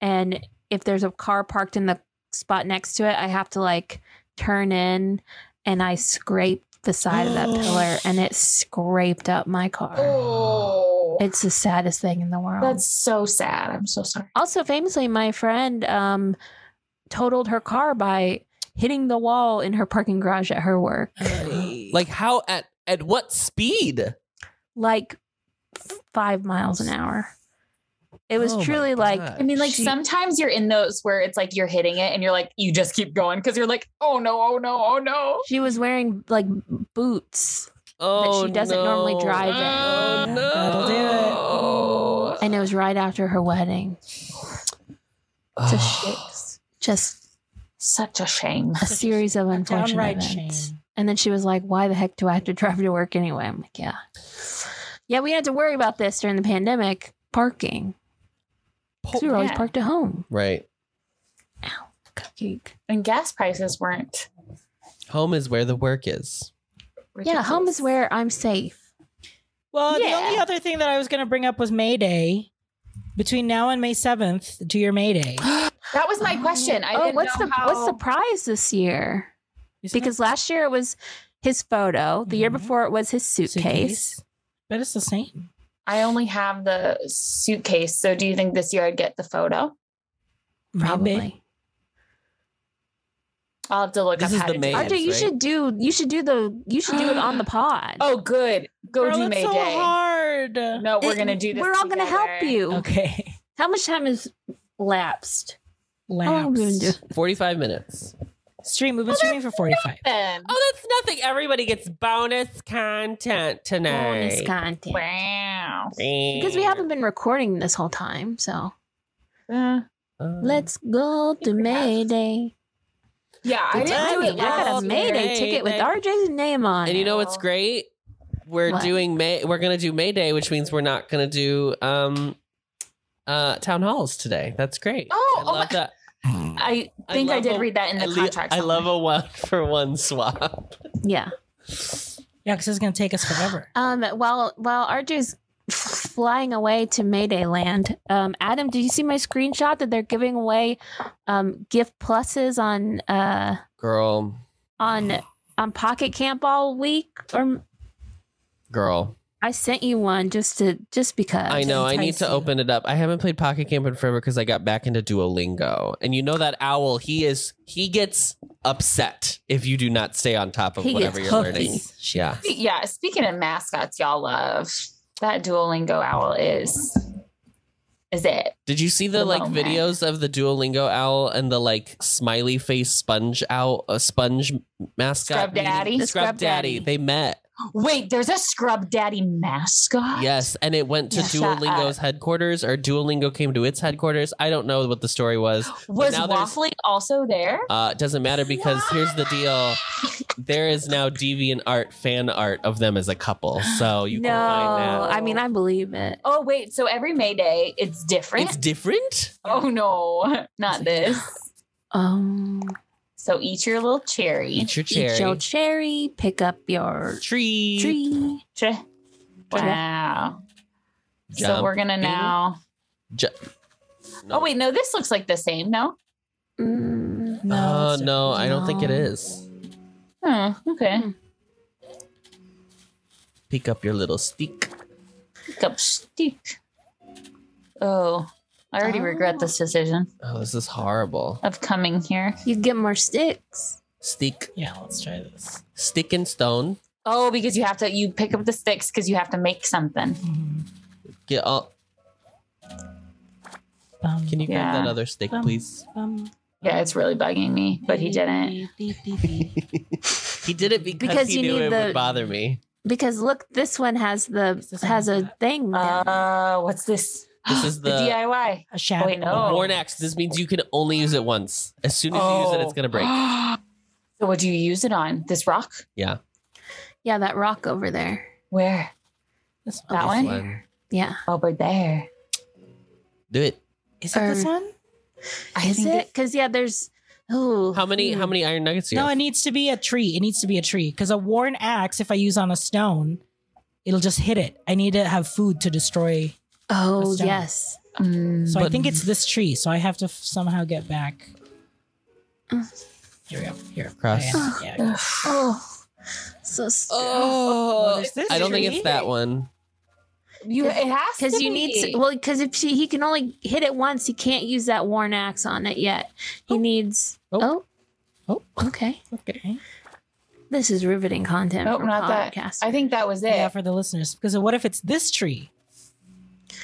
[SPEAKER 4] and if there's a car parked in the spot next to it, I have to like turn in, and I scrape the side of that pillar, and it scraped up my car.
[SPEAKER 5] Oh,
[SPEAKER 4] It's the saddest thing in the world.
[SPEAKER 5] that's so sad. I'm so sorry.
[SPEAKER 4] Also, famously, my friend um, totaled her car by hitting the wall in her parking garage at her work,
[SPEAKER 3] like how at at what speed?
[SPEAKER 4] like f- five miles an hour. It was
[SPEAKER 3] Oh my
[SPEAKER 4] truly like,
[SPEAKER 3] God.
[SPEAKER 5] I mean, like
[SPEAKER 4] She-
[SPEAKER 5] sometimes you're in those where it's like you're hitting it and you're like, you just keep going because you're like, oh no, oh no, oh no.
[SPEAKER 4] she was wearing like boots,
[SPEAKER 3] oh,
[SPEAKER 4] she doesn't normally drive in.
[SPEAKER 3] Oh,
[SPEAKER 1] Yeah,
[SPEAKER 3] no.
[SPEAKER 1] that'll do
[SPEAKER 3] do
[SPEAKER 4] and it was right after her wedding. It's a sh- just
[SPEAKER 5] Such a shame.
[SPEAKER 4] a series of unfortunate
[SPEAKER 1] Downright
[SPEAKER 4] events.
[SPEAKER 1] shame.
[SPEAKER 4] And then she was like, "Why the heck do I have to drive to work anyway?" I'm like, "Yeah, yeah, we had to worry about this during the pandemic parking. 'cause we were always
[SPEAKER 5] yeah.
[SPEAKER 4] parked at home."
[SPEAKER 3] Right.
[SPEAKER 4] Cupcake.
[SPEAKER 5] And gas prices weren't.
[SPEAKER 3] Home is where the work is.
[SPEAKER 4] Yeah, home
[SPEAKER 5] ridiculous.
[SPEAKER 4] is where I'm safe.
[SPEAKER 1] Well, the
[SPEAKER 5] Yeah.
[SPEAKER 1] only other thing that I was going to bring up was May Day. Between now and May 7th, do your May Day.
[SPEAKER 5] That was my question. I
[SPEAKER 4] oh,
[SPEAKER 5] didn't
[SPEAKER 4] what's
[SPEAKER 5] know
[SPEAKER 4] the
[SPEAKER 5] how...
[SPEAKER 4] what's the prize this year?
[SPEAKER 1] Isn't
[SPEAKER 4] Because last year it was his photo. The year
[SPEAKER 1] Mhm.
[SPEAKER 4] before it was his
[SPEAKER 1] it
[SPEAKER 4] Mm-hmm. suitcase.
[SPEAKER 1] But it's the same.
[SPEAKER 5] I only have the suitcase. So do you think this year I'd get the photo?
[SPEAKER 4] Probably.
[SPEAKER 5] I'll have to look
[SPEAKER 3] This
[SPEAKER 5] up
[SPEAKER 3] is
[SPEAKER 5] how
[SPEAKER 3] the
[SPEAKER 5] to
[SPEAKER 3] May-
[SPEAKER 5] do it.
[SPEAKER 4] RJ, you
[SPEAKER 3] right?
[SPEAKER 4] should do you should do the you should do it on the pod.
[SPEAKER 5] Oh, good. Go
[SPEAKER 1] Girl,
[SPEAKER 5] do
[SPEAKER 1] it's
[SPEAKER 5] May
[SPEAKER 1] so
[SPEAKER 5] Day.
[SPEAKER 1] hard.
[SPEAKER 5] No, we're
[SPEAKER 4] It-
[SPEAKER 5] gonna do this.
[SPEAKER 4] We're all gonna help
[SPEAKER 5] together.
[SPEAKER 4] you.
[SPEAKER 1] Okay.
[SPEAKER 4] How much time has lapsed?
[SPEAKER 5] Oh,
[SPEAKER 4] long have we been
[SPEAKER 1] Lapsed.
[SPEAKER 3] Forty five minutes.
[SPEAKER 1] Stream. We've been streaming for 45.
[SPEAKER 5] Then.
[SPEAKER 3] Oh, that's nothing. Everybody gets bonus content tonight.
[SPEAKER 4] Bonus content.
[SPEAKER 5] Wow.
[SPEAKER 4] Because we haven't been recording this whole time, so
[SPEAKER 5] Uh,
[SPEAKER 3] Uh,
[SPEAKER 4] let's go to Mayday.
[SPEAKER 5] yeah, I
[SPEAKER 4] I,
[SPEAKER 5] didn't do it
[SPEAKER 4] I got
[SPEAKER 5] last
[SPEAKER 4] a
[SPEAKER 3] year.
[SPEAKER 4] Mayday ticket with RJ's name on.
[SPEAKER 3] And you
[SPEAKER 4] it.
[SPEAKER 3] know what's great? We're
[SPEAKER 4] What?
[SPEAKER 3] doing May. We're gonna do May Day, which means we're not gonna do um, uh, town halls today. That's great.
[SPEAKER 5] Oh,
[SPEAKER 3] I
[SPEAKER 5] oh my-
[SPEAKER 3] love that.
[SPEAKER 5] I
[SPEAKER 3] I
[SPEAKER 5] think I,
[SPEAKER 3] love
[SPEAKER 5] did
[SPEAKER 3] a-
[SPEAKER 5] read that in
[SPEAKER 3] I
[SPEAKER 5] the
[SPEAKER 3] le-
[SPEAKER 5] contract.
[SPEAKER 3] I love a one for one swap.
[SPEAKER 1] Yeah,
[SPEAKER 4] Yeah.
[SPEAKER 1] because it's going to take us forever.
[SPEAKER 4] Um. While while RJ's flying away to Mayday Land, um, Adam, did you see my screenshot that they're giving away um gift pluses on uh
[SPEAKER 3] Girl,
[SPEAKER 4] on on Pocket Camp all week? Or
[SPEAKER 3] girl.
[SPEAKER 4] I sent you one just to just because.
[SPEAKER 3] I know. I need
[SPEAKER 1] entice
[SPEAKER 3] to
[SPEAKER 1] you.
[SPEAKER 3] open it up. I haven't played Pocket Camp in forever because I got back into Duolingo. And you know that owl. He is. He gets upset if you do not stay on top of
[SPEAKER 4] He gets
[SPEAKER 3] whatever you're
[SPEAKER 1] hooked.
[SPEAKER 3] learning. Yeah.
[SPEAKER 5] Spe- Yeah, speaking of mascots, y'all love that Duolingo owl is is it?
[SPEAKER 3] Did you see the,
[SPEAKER 5] the
[SPEAKER 3] like
[SPEAKER 5] moment.
[SPEAKER 3] videos of the Duolingo owl and the like smiley face sponge owl, a sponge mascot?
[SPEAKER 5] Scrub
[SPEAKER 3] meeting?
[SPEAKER 5] Daddy?
[SPEAKER 4] The
[SPEAKER 3] Scrub,
[SPEAKER 4] Scrub
[SPEAKER 3] Daddy.
[SPEAKER 4] Daddy.
[SPEAKER 3] They met.
[SPEAKER 5] Wait, there's a scrub daddy mascot.
[SPEAKER 3] Yes, and it went to
[SPEAKER 5] Yeah. Shut
[SPEAKER 3] Duolingo's headquarters, or Duolingo came to its headquarters. I don't know what the story was.
[SPEAKER 5] Was
[SPEAKER 3] now there's-
[SPEAKER 5] waffling also there?
[SPEAKER 3] Uh, it doesn't matter because here's the deal: there is now deviant art fan art of them as a couple, so you
[SPEAKER 4] no,
[SPEAKER 3] can find that.
[SPEAKER 4] I mean I believe it.
[SPEAKER 5] Oh wait, so every May Day it's different.
[SPEAKER 3] It's different.
[SPEAKER 5] oh no, not this.
[SPEAKER 4] Um,
[SPEAKER 5] So eat your little cherry.
[SPEAKER 3] Eat your cherry.
[SPEAKER 4] eat your cherry, pick up your
[SPEAKER 3] tree.
[SPEAKER 4] tree.
[SPEAKER 5] Che- Wow. So we're gonna
[SPEAKER 3] Jumping.
[SPEAKER 5] now.
[SPEAKER 3] Ju-
[SPEAKER 5] Oh wait, no, this looks like the same. No.
[SPEAKER 4] Mm,
[SPEAKER 1] No.
[SPEAKER 3] Uh,
[SPEAKER 1] it's-
[SPEAKER 3] no, I don't think it is.
[SPEAKER 5] Oh, okay.
[SPEAKER 3] Hmm. Pick up your little stick.
[SPEAKER 5] Pick up stick. Oh, I already regret this decision
[SPEAKER 3] Oh, this is horrible.
[SPEAKER 5] of coming here.
[SPEAKER 4] you get more sticks.
[SPEAKER 3] Stick,
[SPEAKER 1] Yeah, let's try this.
[SPEAKER 3] stick and stone.
[SPEAKER 5] Oh, because you have to you pick up the sticks because you have to make something.
[SPEAKER 3] Get all.
[SPEAKER 1] Um,
[SPEAKER 3] Can you
[SPEAKER 5] Yeah.
[SPEAKER 3] grab that other stick,
[SPEAKER 1] Um,
[SPEAKER 3] please?
[SPEAKER 1] um,
[SPEAKER 5] Yeah, it's really bugging me, but he didn't.
[SPEAKER 3] He did it because,
[SPEAKER 4] Because
[SPEAKER 3] he
[SPEAKER 4] you
[SPEAKER 3] knew
[SPEAKER 4] need
[SPEAKER 3] it
[SPEAKER 4] the-
[SPEAKER 3] would bother me.
[SPEAKER 4] Because look, this one has the
[SPEAKER 1] This is
[SPEAKER 4] has a
[SPEAKER 1] not-
[SPEAKER 4] thing. down.
[SPEAKER 5] Uh, what's this?
[SPEAKER 3] This is
[SPEAKER 5] The,
[SPEAKER 3] the-
[SPEAKER 5] DIY.
[SPEAKER 1] a shadow.
[SPEAKER 5] Wait, no.
[SPEAKER 3] Worn axe. This means you can only use it once. As soon as you use it, it's gonna
[SPEAKER 4] Oh.
[SPEAKER 3] break.
[SPEAKER 5] so, what do you use it on? This rock?
[SPEAKER 3] Yeah.
[SPEAKER 4] yeah, that rock over there.
[SPEAKER 5] Where?
[SPEAKER 1] This
[SPEAKER 5] That
[SPEAKER 3] Oh,
[SPEAKER 5] one?
[SPEAKER 3] This one.
[SPEAKER 4] Yeah,
[SPEAKER 5] Over there.
[SPEAKER 3] Do it.
[SPEAKER 1] Is it this
[SPEAKER 4] Or-
[SPEAKER 1] one?
[SPEAKER 5] I
[SPEAKER 4] Is
[SPEAKER 5] think
[SPEAKER 4] it? Because yeah, there's oh
[SPEAKER 3] How many how many iron nuggets do you
[SPEAKER 1] No, it
[SPEAKER 3] have?
[SPEAKER 1] needs to be a tree. It needs to be a tree because a worn axe, if I use on a stone, it'll just hit it. I need to have food to destroy.
[SPEAKER 4] Oh
[SPEAKER 1] Astounding.
[SPEAKER 4] yes.
[SPEAKER 5] Mm,
[SPEAKER 1] So I
[SPEAKER 3] But-
[SPEAKER 1] think it's this tree. So I have to f- somehow get back. Here we go. Here. Oh,
[SPEAKER 3] Cross.
[SPEAKER 1] Yeah, yeah, yeah.
[SPEAKER 4] Oh, so
[SPEAKER 1] Oh,
[SPEAKER 3] Oh,
[SPEAKER 1] there's this
[SPEAKER 3] I don't think it's
[SPEAKER 1] tree.
[SPEAKER 3] that one.
[SPEAKER 5] you, it has to
[SPEAKER 4] because you need
[SPEAKER 5] be.
[SPEAKER 4] to, well because if she, he can only hit it once, he can't use that worn axe on it yet. He needs
[SPEAKER 3] Oh.
[SPEAKER 4] oh.
[SPEAKER 1] Oh.
[SPEAKER 4] okay.
[SPEAKER 1] Okay.
[SPEAKER 4] This is riveting content.
[SPEAKER 5] Nope,
[SPEAKER 4] from
[SPEAKER 5] Oh, not that.
[SPEAKER 4] podcast.
[SPEAKER 5] I think that was it.
[SPEAKER 1] Yeah, for the listeners. Because what if it's this tree?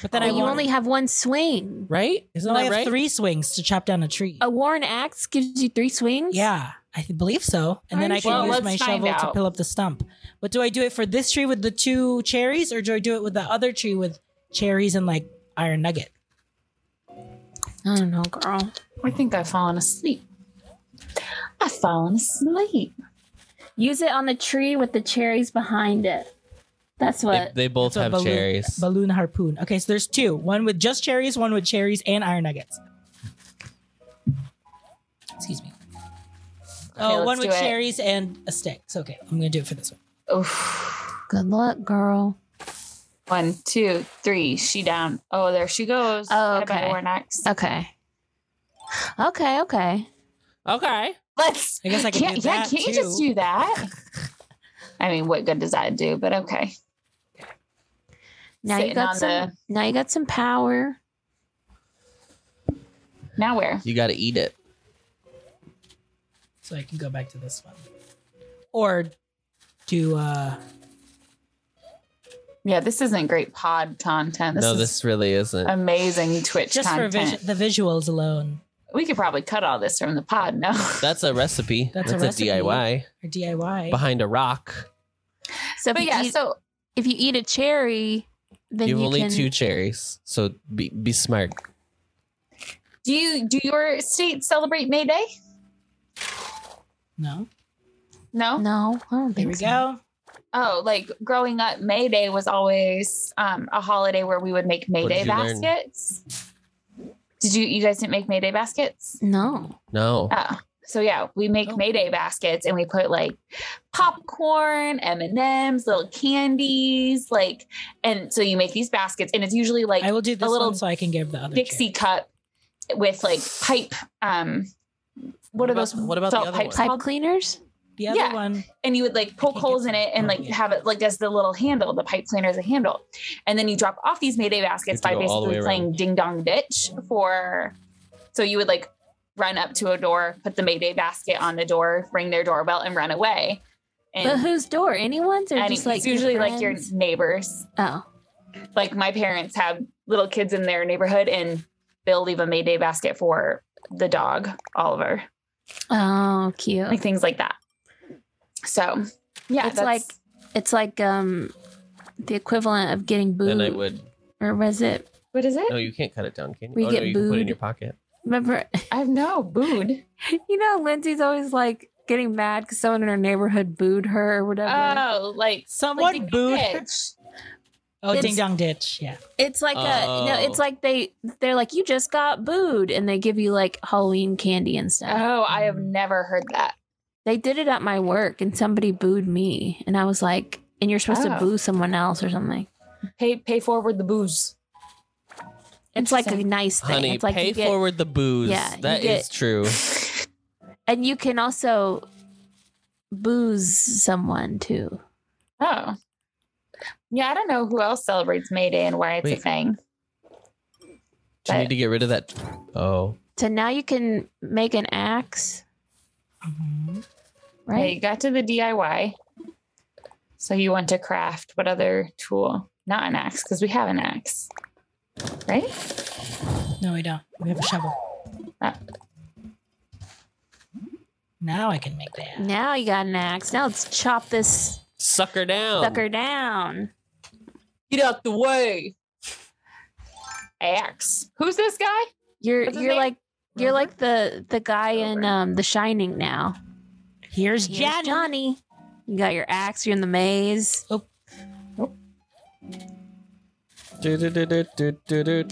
[SPEAKER 1] But then
[SPEAKER 4] But
[SPEAKER 1] I
[SPEAKER 3] Oh,
[SPEAKER 4] you
[SPEAKER 1] want-
[SPEAKER 4] only have one swing.
[SPEAKER 3] Right? Isn't
[SPEAKER 1] No, I
[SPEAKER 3] that
[SPEAKER 1] have
[SPEAKER 3] right?
[SPEAKER 1] three swings to chop down a tree.
[SPEAKER 4] A worn axe gives you three swings.
[SPEAKER 1] Yeah, I th- believe so. And then
[SPEAKER 4] Are
[SPEAKER 1] I
[SPEAKER 4] you
[SPEAKER 1] can
[SPEAKER 5] sure?
[SPEAKER 1] use
[SPEAKER 5] Well,
[SPEAKER 1] my
[SPEAKER 5] let's find
[SPEAKER 1] shovel to
[SPEAKER 5] out.
[SPEAKER 1] peel up the stump. But do I do it for this tree with the two cherries, or do I do it with the other tree with cherries and like iron nugget?
[SPEAKER 4] I don't know, Oh, girl.
[SPEAKER 5] I think I've fallen asleep. I've fallen asleep.
[SPEAKER 4] Use it on the tree with the cherries behind it. That's
[SPEAKER 3] They,
[SPEAKER 4] what.
[SPEAKER 3] they both
[SPEAKER 1] So
[SPEAKER 3] have
[SPEAKER 1] balloon,
[SPEAKER 3] cherries.
[SPEAKER 1] Balloon harpoon. Okay, so there's two. One with just cherries, one with cherries and iron nuggets. Excuse me.
[SPEAKER 5] Okay,
[SPEAKER 1] oh,
[SPEAKER 5] let's
[SPEAKER 1] one
[SPEAKER 5] do
[SPEAKER 1] with
[SPEAKER 5] it.
[SPEAKER 1] cherries and a stick. It's okay. I'm gonna do it for this one.
[SPEAKER 5] Oof.
[SPEAKER 4] Good luck, girl.
[SPEAKER 5] One, two, three. She down. Oh, Uh, there she goes.
[SPEAKER 4] Oh,
[SPEAKER 5] I better
[SPEAKER 4] okay.
[SPEAKER 5] wear next.
[SPEAKER 4] Okay. Okay. Okay.
[SPEAKER 3] Okay.
[SPEAKER 5] Let's.
[SPEAKER 1] I guess I can
[SPEAKER 5] can't,
[SPEAKER 1] do
[SPEAKER 5] yeah,
[SPEAKER 1] that
[SPEAKER 5] can't you just
[SPEAKER 1] too.
[SPEAKER 5] do that? I mean, what good does that do? But okay.
[SPEAKER 4] Now you
[SPEAKER 5] Sitting
[SPEAKER 4] got
[SPEAKER 5] on
[SPEAKER 4] some.
[SPEAKER 5] the-
[SPEAKER 4] Now you got some power.
[SPEAKER 5] Now where?
[SPEAKER 3] You gotta eat it.
[SPEAKER 1] So I can go back to this one, or do uh
[SPEAKER 5] Yeah, this isn't great pod content. This
[SPEAKER 3] no,
[SPEAKER 5] is
[SPEAKER 3] this really isn't.
[SPEAKER 5] amazing Twitch
[SPEAKER 1] just
[SPEAKER 5] content.
[SPEAKER 1] for visu- the visuals alone
[SPEAKER 5] we could probably cut all this from the pod. No.
[SPEAKER 3] That's a recipe.
[SPEAKER 1] That's
[SPEAKER 3] That's,
[SPEAKER 1] a
[SPEAKER 3] a,
[SPEAKER 1] recipe.
[SPEAKER 3] DIY.
[SPEAKER 1] or DIY.
[SPEAKER 3] Behind a rock.
[SPEAKER 4] So, if
[SPEAKER 5] But
[SPEAKER 4] you
[SPEAKER 5] yeah,
[SPEAKER 4] eat-
[SPEAKER 5] so
[SPEAKER 4] if you eat a cherry, then
[SPEAKER 3] you have only
[SPEAKER 4] can,
[SPEAKER 3] two cherries. So be be smart.
[SPEAKER 5] do you do your state celebrate May Day?
[SPEAKER 1] No,
[SPEAKER 5] No?
[SPEAKER 3] Mm-hmm.
[SPEAKER 4] No, I don't
[SPEAKER 1] here
[SPEAKER 4] think
[SPEAKER 1] we
[SPEAKER 4] so.
[SPEAKER 1] go.
[SPEAKER 5] Oh, like growing up, May Day was always um, a holiday where we would make May
[SPEAKER 3] What did
[SPEAKER 5] Day
[SPEAKER 3] you learn?
[SPEAKER 5] baskets. Did you you guys didn't make May Day baskets?
[SPEAKER 4] No.
[SPEAKER 3] No.
[SPEAKER 5] Oh. So yeah, we make
[SPEAKER 1] Oh.
[SPEAKER 5] May Day baskets and we put like popcorn, M&Ms, little candies, like and so you make these baskets and it's usually like
[SPEAKER 1] I will do this
[SPEAKER 5] little
[SPEAKER 1] one so I can give the other
[SPEAKER 5] Dixie
[SPEAKER 1] cherry.
[SPEAKER 5] cup with like pipe um what,
[SPEAKER 3] What
[SPEAKER 5] are
[SPEAKER 3] about-
[SPEAKER 5] those
[SPEAKER 3] what about the
[SPEAKER 5] salt
[SPEAKER 3] other
[SPEAKER 5] pipes
[SPEAKER 3] one?
[SPEAKER 4] Pipe
[SPEAKER 5] called?
[SPEAKER 4] cleaners?
[SPEAKER 1] The other
[SPEAKER 5] yeah.
[SPEAKER 1] one,
[SPEAKER 5] and you would like
[SPEAKER 1] can't
[SPEAKER 5] poke
[SPEAKER 1] get
[SPEAKER 5] holes in
[SPEAKER 1] to
[SPEAKER 5] it and
[SPEAKER 1] it.
[SPEAKER 5] like
[SPEAKER 1] Yeah.
[SPEAKER 5] have it like as the little handle, the pipe cleaner as a handle. And then you drop off these Mayday baskets
[SPEAKER 3] You
[SPEAKER 5] by
[SPEAKER 3] have to go all the
[SPEAKER 5] basically
[SPEAKER 3] way
[SPEAKER 5] playing
[SPEAKER 3] around.
[SPEAKER 5] ding dong ditch for so you would like run up to a door, put the Mayday basket on the door, ring their doorbell and run away.
[SPEAKER 4] But
[SPEAKER 5] And,
[SPEAKER 4] whose door? Anyone's or
[SPEAKER 5] and
[SPEAKER 4] just like
[SPEAKER 5] it's usually like your
[SPEAKER 4] friends?
[SPEAKER 5] neighbors.
[SPEAKER 4] Oh.
[SPEAKER 5] Like my parents have little kids in their neighborhood and they'll leave a Mayday basket for the dog, Oliver.
[SPEAKER 4] Oh, cute.
[SPEAKER 5] Like things like that. So yeah,
[SPEAKER 4] It's
[SPEAKER 5] that's
[SPEAKER 4] like- it's like um the equivalent of getting
[SPEAKER 3] Then I
[SPEAKER 4] booed.
[SPEAKER 3] would.
[SPEAKER 4] Or was it
[SPEAKER 5] what is it?
[SPEAKER 3] No, you can't cut it down, can you?
[SPEAKER 4] We
[SPEAKER 3] oh,
[SPEAKER 4] get
[SPEAKER 3] no, you can put it in
[SPEAKER 4] booed.
[SPEAKER 3] your pocket.
[SPEAKER 4] remember
[SPEAKER 5] I have no booed.
[SPEAKER 4] you know Lindsay's always like getting mad because someone in her neighborhood booed her or whatever.
[SPEAKER 5] Oh, like
[SPEAKER 1] someone
[SPEAKER 5] Like,
[SPEAKER 1] booed. her.
[SPEAKER 5] bitch.
[SPEAKER 1] Oh,
[SPEAKER 4] It's-
[SPEAKER 1] ding dong ditch. Yeah,
[SPEAKER 4] it's like a no,
[SPEAKER 3] Oh.
[SPEAKER 4] it's like they they're like, You just got booed and they give you like Halloween candy and stuff.
[SPEAKER 5] Oh, I have never heard that.
[SPEAKER 4] They did it at my work and somebody booed me. And I was like, and you're supposed
[SPEAKER 5] Oh.
[SPEAKER 4] to boo someone else or something.
[SPEAKER 5] Pay pay forward the booze.
[SPEAKER 4] It's like a
[SPEAKER 5] Interesting.
[SPEAKER 4] nice thing.
[SPEAKER 3] Honey,
[SPEAKER 4] it's like
[SPEAKER 3] pay
[SPEAKER 4] you get,
[SPEAKER 3] forward the booze.
[SPEAKER 4] Yeah, you
[SPEAKER 3] that
[SPEAKER 4] get-
[SPEAKER 3] is true.
[SPEAKER 4] And you can also booze someone too.
[SPEAKER 5] Oh. Yeah, I don't know who else celebrates May Day and why it's a
[SPEAKER 3] Wait.
[SPEAKER 5] thing.
[SPEAKER 3] Do you need to get rid of that? Oh.
[SPEAKER 4] So now you can make an axe,
[SPEAKER 1] Mhm.
[SPEAKER 5] Right.
[SPEAKER 4] right?
[SPEAKER 5] you got to the DIY. So you want to craft what other tool? Not an axe, because we have an axe. Right?
[SPEAKER 1] no, we don't. We have a shovel.
[SPEAKER 5] Ah.
[SPEAKER 1] Now I can make that.
[SPEAKER 4] Now you got an axe. Now let's chop this
[SPEAKER 3] Sucker down.
[SPEAKER 4] sucker down.
[SPEAKER 5] Get out the way. Axe. Who's this guy?
[SPEAKER 4] You're
[SPEAKER 5] What's his
[SPEAKER 4] you're
[SPEAKER 5] name?
[SPEAKER 4] like you're
[SPEAKER 5] Uh-huh.
[SPEAKER 4] like the the guy in um The Shining now.
[SPEAKER 1] Here's
[SPEAKER 4] Here's
[SPEAKER 1] Jan.
[SPEAKER 4] Johnny. You got your axe. You're in the maze.
[SPEAKER 3] Do, do, do, do, do, do, do.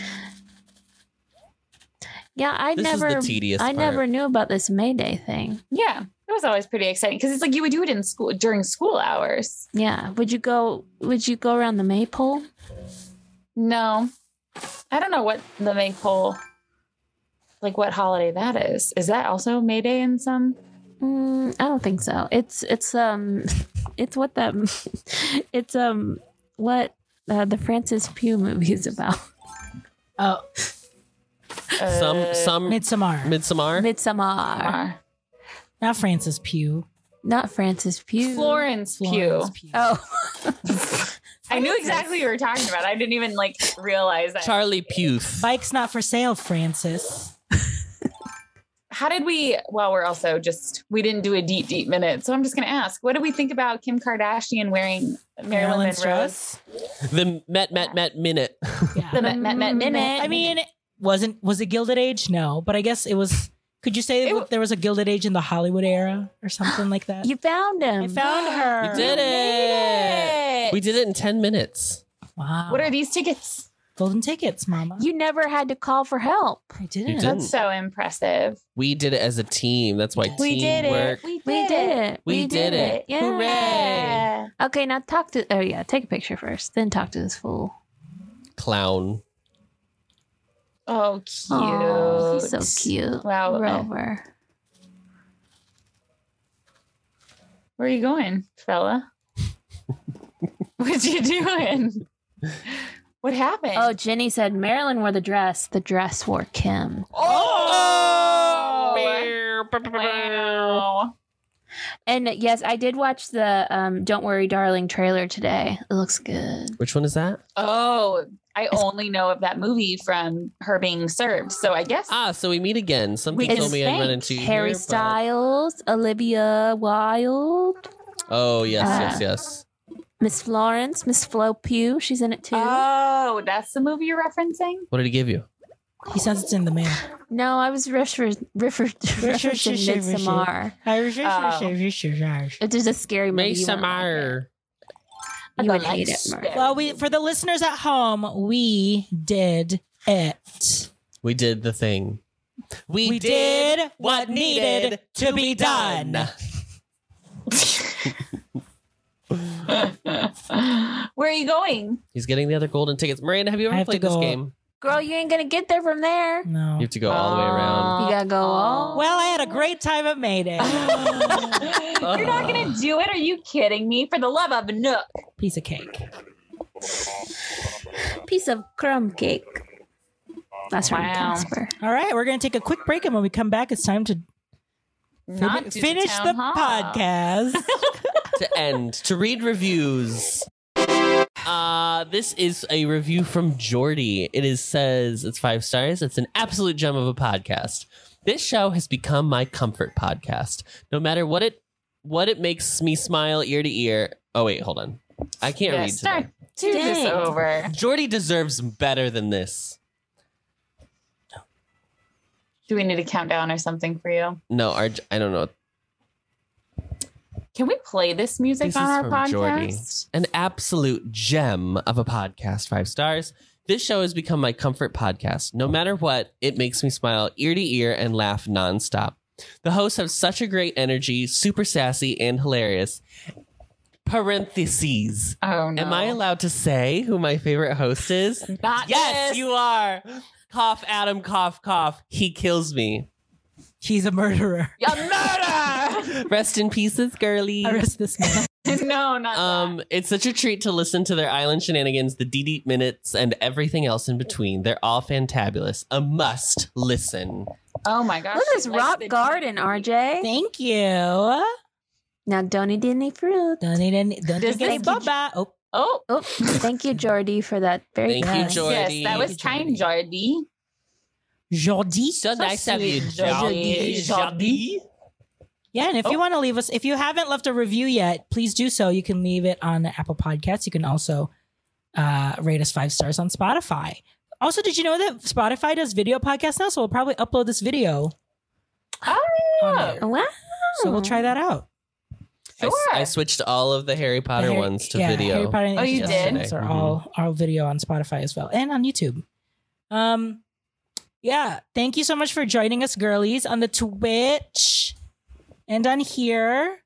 [SPEAKER 4] Yeah, I
[SPEAKER 3] This
[SPEAKER 4] never
[SPEAKER 3] is the tedious
[SPEAKER 4] I
[SPEAKER 3] part.
[SPEAKER 4] never knew about this May Day thing.
[SPEAKER 5] Yeah, it was always pretty exciting because it's like you would do it in school during school hours.
[SPEAKER 4] Yeah. Would you go would you go around the maypole?
[SPEAKER 5] No, I don't know what the maypole, like what holiday that is. Is that also May Day in some?
[SPEAKER 4] Mm, I don't think so. It's it's um it's what that it's um what uh, the Francis Pugh movie is about.
[SPEAKER 1] Oh,
[SPEAKER 5] Uh,
[SPEAKER 3] Some some
[SPEAKER 1] Midsommar.
[SPEAKER 3] Midsommar.
[SPEAKER 4] Midsommar.
[SPEAKER 5] Midsommar.
[SPEAKER 1] Not Francis Pugh.
[SPEAKER 4] Not Francis Pugh.
[SPEAKER 5] Florence Pugh.
[SPEAKER 1] Florence Pugh.
[SPEAKER 4] Oh.
[SPEAKER 5] I knew exactly what you were talking about. I didn't even like realize that.
[SPEAKER 3] Charlie Puth.
[SPEAKER 1] Bike's not for sale, Francis.
[SPEAKER 5] How did we? Well, we're also just we didn't do a deep deep minute, so I'm just gonna ask. What do we think about Kim Kardashian wearing Marilyn
[SPEAKER 1] Marilyn
[SPEAKER 5] Monroe's?
[SPEAKER 1] Strauss.
[SPEAKER 3] The Met Met Met Minute.
[SPEAKER 1] Yeah.
[SPEAKER 5] The Met Met Met Minute.
[SPEAKER 1] I mean, wasn't was it Gilded Age? No, but I guess it was. Could you say
[SPEAKER 5] It w-
[SPEAKER 1] there was a Gilded Age in the Hollywood era or something like that?
[SPEAKER 4] You found him.
[SPEAKER 1] I found her.
[SPEAKER 3] We did it. We did it in ten minutes.
[SPEAKER 1] Wow.
[SPEAKER 5] What are these tickets?
[SPEAKER 1] golden tickets, Mama?
[SPEAKER 4] you never had to call for help.
[SPEAKER 1] I didn't.
[SPEAKER 3] You did.
[SPEAKER 5] That's so impressive.
[SPEAKER 3] We did it as a team. That's why
[SPEAKER 5] We did
[SPEAKER 3] teamwork.
[SPEAKER 5] it. We did,
[SPEAKER 4] We did it.
[SPEAKER 3] We did it.
[SPEAKER 4] Yeah.
[SPEAKER 3] Hooray!
[SPEAKER 5] Yeah.
[SPEAKER 4] Okay, now talk to. Oh yeah, take a picture first, then talk to this fool.
[SPEAKER 3] Clown.
[SPEAKER 5] Oh, cute.
[SPEAKER 4] Aw, he's so cute.
[SPEAKER 5] Wow.
[SPEAKER 4] Rover.
[SPEAKER 5] Where are you going, fella? what you doing? What happened?
[SPEAKER 4] Oh, Jenny said Marilyn wore the dress. The dress wore Kim.
[SPEAKER 5] Oh! wow.
[SPEAKER 4] And yes, I did watch the um, "Don't Worry, Darling" trailer today. It looks good.
[SPEAKER 3] Which one is that?
[SPEAKER 5] Oh, I only know of that movie from her being served. So I guess
[SPEAKER 3] Ah, so we meet again. Something
[SPEAKER 5] We
[SPEAKER 3] told me I'd run
[SPEAKER 5] spanked
[SPEAKER 3] into you
[SPEAKER 4] Harry
[SPEAKER 3] here, but-
[SPEAKER 4] Styles, Olivia Wilde,
[SPEAKER 3] Oh yes,
[SPEAKER 4] Ah.
[SPEAKER 3] yes, yes.
[SPEAKER 4] Miss Florence, Miss Flo Pugh. She's in it too.
[SPEAKER 5] Oh, that's the movie you're referencing?
[SPEAKER 3] What did he give you?
[SPEAKER 1] He sends it in the mail.
[SPEAKER 4] no, I was refer- refer- referencing Midsommar. It is a scary movie. you won't like it. You would hate it, Mark.
[SPEAKER 1] Well, we for the listeners at home, we did it.
[SPEAKER 3] We did the thing. We,
[SPEAKER 1] We
[SPEAKER 3] did,
[SPEAKER 1] did
[SPEAKER 3] what needed to be done.
[SPEAKER 5] Where are you going?
[SPEAKER 3] He's getting the other golden tickets. Miranda, have you
[SPEAKER 1] I
[SPEAKER 3] ever
[SPEAKER 1] have to
[SPEAKER 3] played this
[SPEAKER 1] go.
[SPEAKER 3] game?
[SPEAKER 4] Girl, you ain't gonna get there from there. You
[SPEAKER 3] You
[SPEAKER 1] No.
[SPEAKER 3] have to go all the way around.
[SPEAKER 4] gotta go all.
[SPEAKER 1] Well, I had a great time at May Day.
[SPEAKER 5] You're not gonna do it? Are you kidding me? For the love of Nook!
[SPEAKER 1] Piece of cake.
[SPEAKER 4] piece of crumb cake. That's from
[SPEAKER 5] Wow.
[SPEAKER 4] Casper.
[SPEAKER 1] All right, we're going to take a quick break, and when we come back, it's time to
[SPEAKER 5] Not do
[SPEAKER 1] finish
[SPEAKER 5] town
[SPEAKER 1] the
[SPEAKER 5] hall.
[SPEAKER 1] podcast.
[SPEAKER 3] to end to read reviews. Uh, this is a review from Jordy. It is says it's five stars. It's an absolute gem of a podcast. This show has become my comfort podcast. No matter what it what it makes me smile ear to ear. Oh wait, hold on. I can't
[SPEAKER 5] Yeah,
[SPEAKER 3] read today.
[SPEAKER 5] start Do this
[SPEAKER 4] Dang.
[SPEAKER 5] over.
[SPEAKER 3] Jordy deserves better than this.
[SPEAKER 5] Do we need a countdown or something for you?
[SPEAKER 3] No, our, I don't know.
[SPEAKER 5] Can we play this music
[SPEAKER 3] This
[SPEAKER 5] on
[SPEAKER 3] is
[SPEAKER 5] our
[SPEAKER 3] from Jordy.
[SPEAKER 5] podcast?
[SPEAKER 3] An absolute gem of a podcast, five stars. This show has become my comfort podcast. No matter what, it makes me smile ear to ear and laugh nonstop. The hosts have such a great energy, super sassy and hilarious. Parentheses.
[SPEAKER 5] Oh no!
[SPEAKER 3] Am I allowed to say who my favorite host is?
[SPEAKER 5] Not
[SPEAKER 3] yes,
[SPEAKER 5] this.
[SPEAKER 3] you are. Cough, Adam, cough, cough. He kills me.
[SPEAKER 1] He's a murderer.
[SPEAKER 5] A murder!
[SPEAKER 3] Rest in pieces, girly.
[SPEAKER 1] Arrest this man.
[SPEAKER 5] no, not
[SPEAKER 3] Um, it's such a treat to listen to their island shenanigans, the DD minutes, and everything else in between. They're all fantabulous. A must listen.
[SPEAKER 5] that. Oh my gosh!
[SPEAKER 4] Look at this
[SPEAKER 5] she likes
[SPEAKER 4] rock
[SPEAKER 5] the-
[SPEAKER 4] garden, RJ.
[SPEAKER 1] Thank you.
[SPEAKER 4] Now don't eat any fruit.
[SPEAKER 1] Don't need any. Don't
[SPEAKER 5] Does
[SPEAKER 1] think any
[SPEAKER 5] this-
[SPEAKER 1] baba. Oh,
[SPEAKER 5] Oh,
[SPEAKER 4] Oh, thank you, Jordy, for that very
[SPEAKER 3] Thank
[SPEAKER 1] Yes.
[SPEAKER 3] you, Jordy.
[SPEAKER 5] yes, that was kind, Jordy.
[SPEAKER 1] Jordi.
[SPEAKER 3] So nice of you,
[SPEAKER 5] sweet, Jordy.
[SPEAKER 3] Jordy. Jordy.
[SPEAKER 1] Yeah, and if you want to leave us, if you haven't left a review yet, please do so. You can leave it on Apple Podcasts. You can also uh, rate us five stars on Spotify. Also, did you know that Spotify does video podcasts now? So we'll probably upload this video.
[SPEAKER 5] Oh,
[SPEAKER 1] on
[SPEAKER 5] yeah.
[SPEAKER 1] there.
[SPEAKER 4] Wow.
[SPEAKER 1] So we'll try that out.
[SPEAKER 3] I, s-
[SPEAKER 5] Sure.
[SPEAKER 3] I switched all of the Harry Potter
[SPEAKER 1] The Harry-
[SPEAKER 3] ones to
[SPEAKER 1] yeah,
[SPEAKER 3] video. Mm-hmm.
[SPEAKER 1] Harry Potter and
[SPEAKER 5] Oh,
[SPEAKER 1] the
[SPEAKER 5] you
[SPEAKER 1] Ancient
[SPEAKER 5] did?
[SPEAKER 1] Aliens Are all all video on Spotify as well and on YouTube. Um, Yeah. Thank you so much for joining us, girlies, on the Twitch and on here.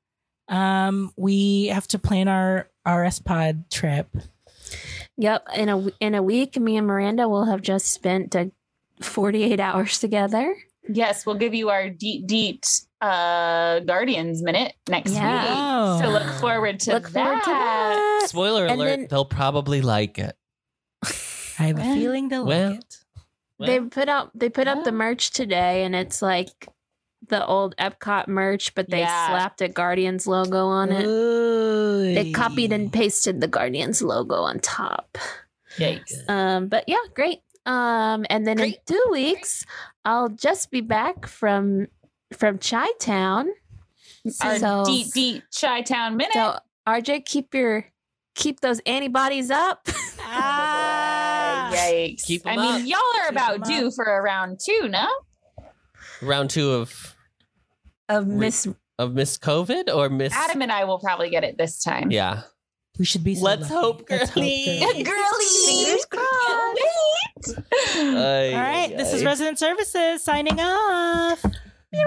[SPEAKER 1] Um, we have to plan our RS Pod trip.
[SPEAKER 4] Yep. In a in a week, me and Miranda will have just spent uh, 48 hours together.
[SPEAKER 5] Yes, we'll give you our deep, deep uh, Guardians minute next
[SPEAKER 4] Yeah.
[SPEAKER 5] week.
[SPEAKER 1] Oh.
[SPEAKER 5] So look forward to
[SPEAKER 4] Look
[SPEAKER 5] that.
[SPEAKER 4] forward to that.
[SPEAKER 3] Spoiler
[SPEAKER 4] And
[SPEAKER 3] alert,
[SPEAKER 4] then-
[SPEAKER 3] they'll probably like it.
[SPEAKER 1] I have a
[SPEAKER 5] Well,
[SPEAKER 1] feeling they'll
[SPEAKER 3] well.
[SPEAKER 1] like it.
[SPEAKER 4] They put out they put up the merch today, and it's like the old Epcot merch, but they
[SPEAKER 5] Yeah.
[SPEAKER 4] slapped a Guardians logo on it. They copied and pasted the Guardians logo on top.
[SPEAKER 5] Yikes.
[SPEAKER 4] Um, but yeah, great. Um, and then in
[SPEAKER 2] Great.
[SPEAKER 4] two weeks, I'll just be back from from Chi Town.
[SPEAKER 5] Our
[SPEAKER 4] So-
[SPEAKER 5] deep, deep Chi Town minute.
[SPEAKER 4] So RJ, keep your keep those antibodies up.
[SPEAKER 1] Ah.
[SPEAKER 5] oh, Yikes.
[SPEAKER 3] Keep 'em
[SPEAKER 5] I mean,
[SPEAKER 3] up.
[SPEAKER 5] y'all are
[SPEAKER 1] Keep
[SPEAKER 5] about
[SPEAKER 1] 'em
[SPEAKER 5] due
[SPEAKER 1] up.
[SPEAKER 5] for a round two, no?
[SPEAKER 3] Round two of
[SPEAKER 4] Of
[SPEAKER 3] Re-
[SPEAKER 4] Miss
[SPEAKER 3] of Miss COVID or Miss
[SPEAKER 5] Adam and I will probably get it this time.
[SPEAKER 3] Yeah.
[SPEAKER 1] We should be. So
[SPEAKER 3] Let's
[SPEAKER 1] lucky.
[SPEAKER 3] hope,
[SPEAKER 1] Let's
[SPEAKER 3] girlies.
[SPEAKER 1] girlies.
[SPEAKER 5] Girly.
[SPEAKER 4] Fingers crossed.
[SPEAKER 3] Ay,
[SPEAKER 1] All right.
[SPEAKER 3] ay,
[SPEAKER 1] This is
[SPEAKER 3] ay.
[SPEAKER 1] Resident Services signing off.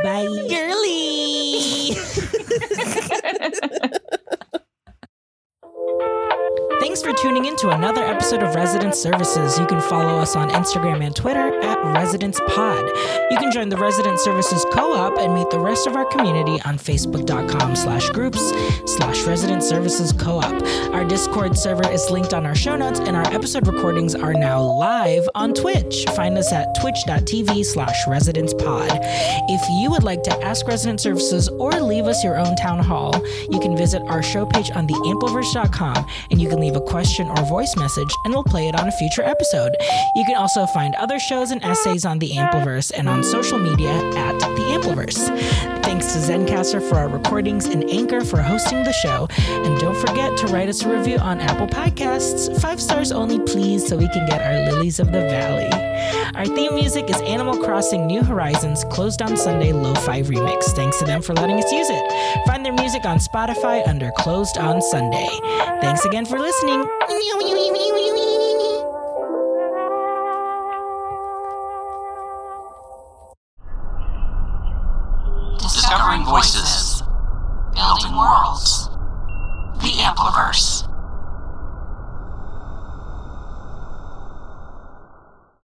[SPEAKER 1] Bye, girly. Thanks for tuning in to another episode of Residence Services. You can follow us on Instagram and Twitter at Residence Pod. You can join the Residence Services Co-op and meet the rest of our community on Facebook.com slash groups slash Residence Services Co-op. Our Discord server is linked on our show notes and our episode recordings are now live on Twitch. Find us at twitch.tv slash Residence Pod. If you would like to ask Resident Services or leave us your own town hall, you can visit our show page on theampleverse.com and you can leave a question or voice message and we'll play it on a future episode. You can also find other shows and essays on the Ampleverse and on social media at the Ampleverse. Thanks to Zencaster for our recordings and Anchor for hosting the show. And don't forget to write us a review on Apple Podcasts. Five stars only, please, so we can get our lilies of the valley. Our theme music is Animal Crossing New Horizons Closed on Sunday Lo-Fi Remix. Thanks to them for letting us use it. Find their music on Spotify under Closed on Sunday. Thanks again for listening.
[SPEAKER 7] Discovering voices. Building worlds. The Ampliverse.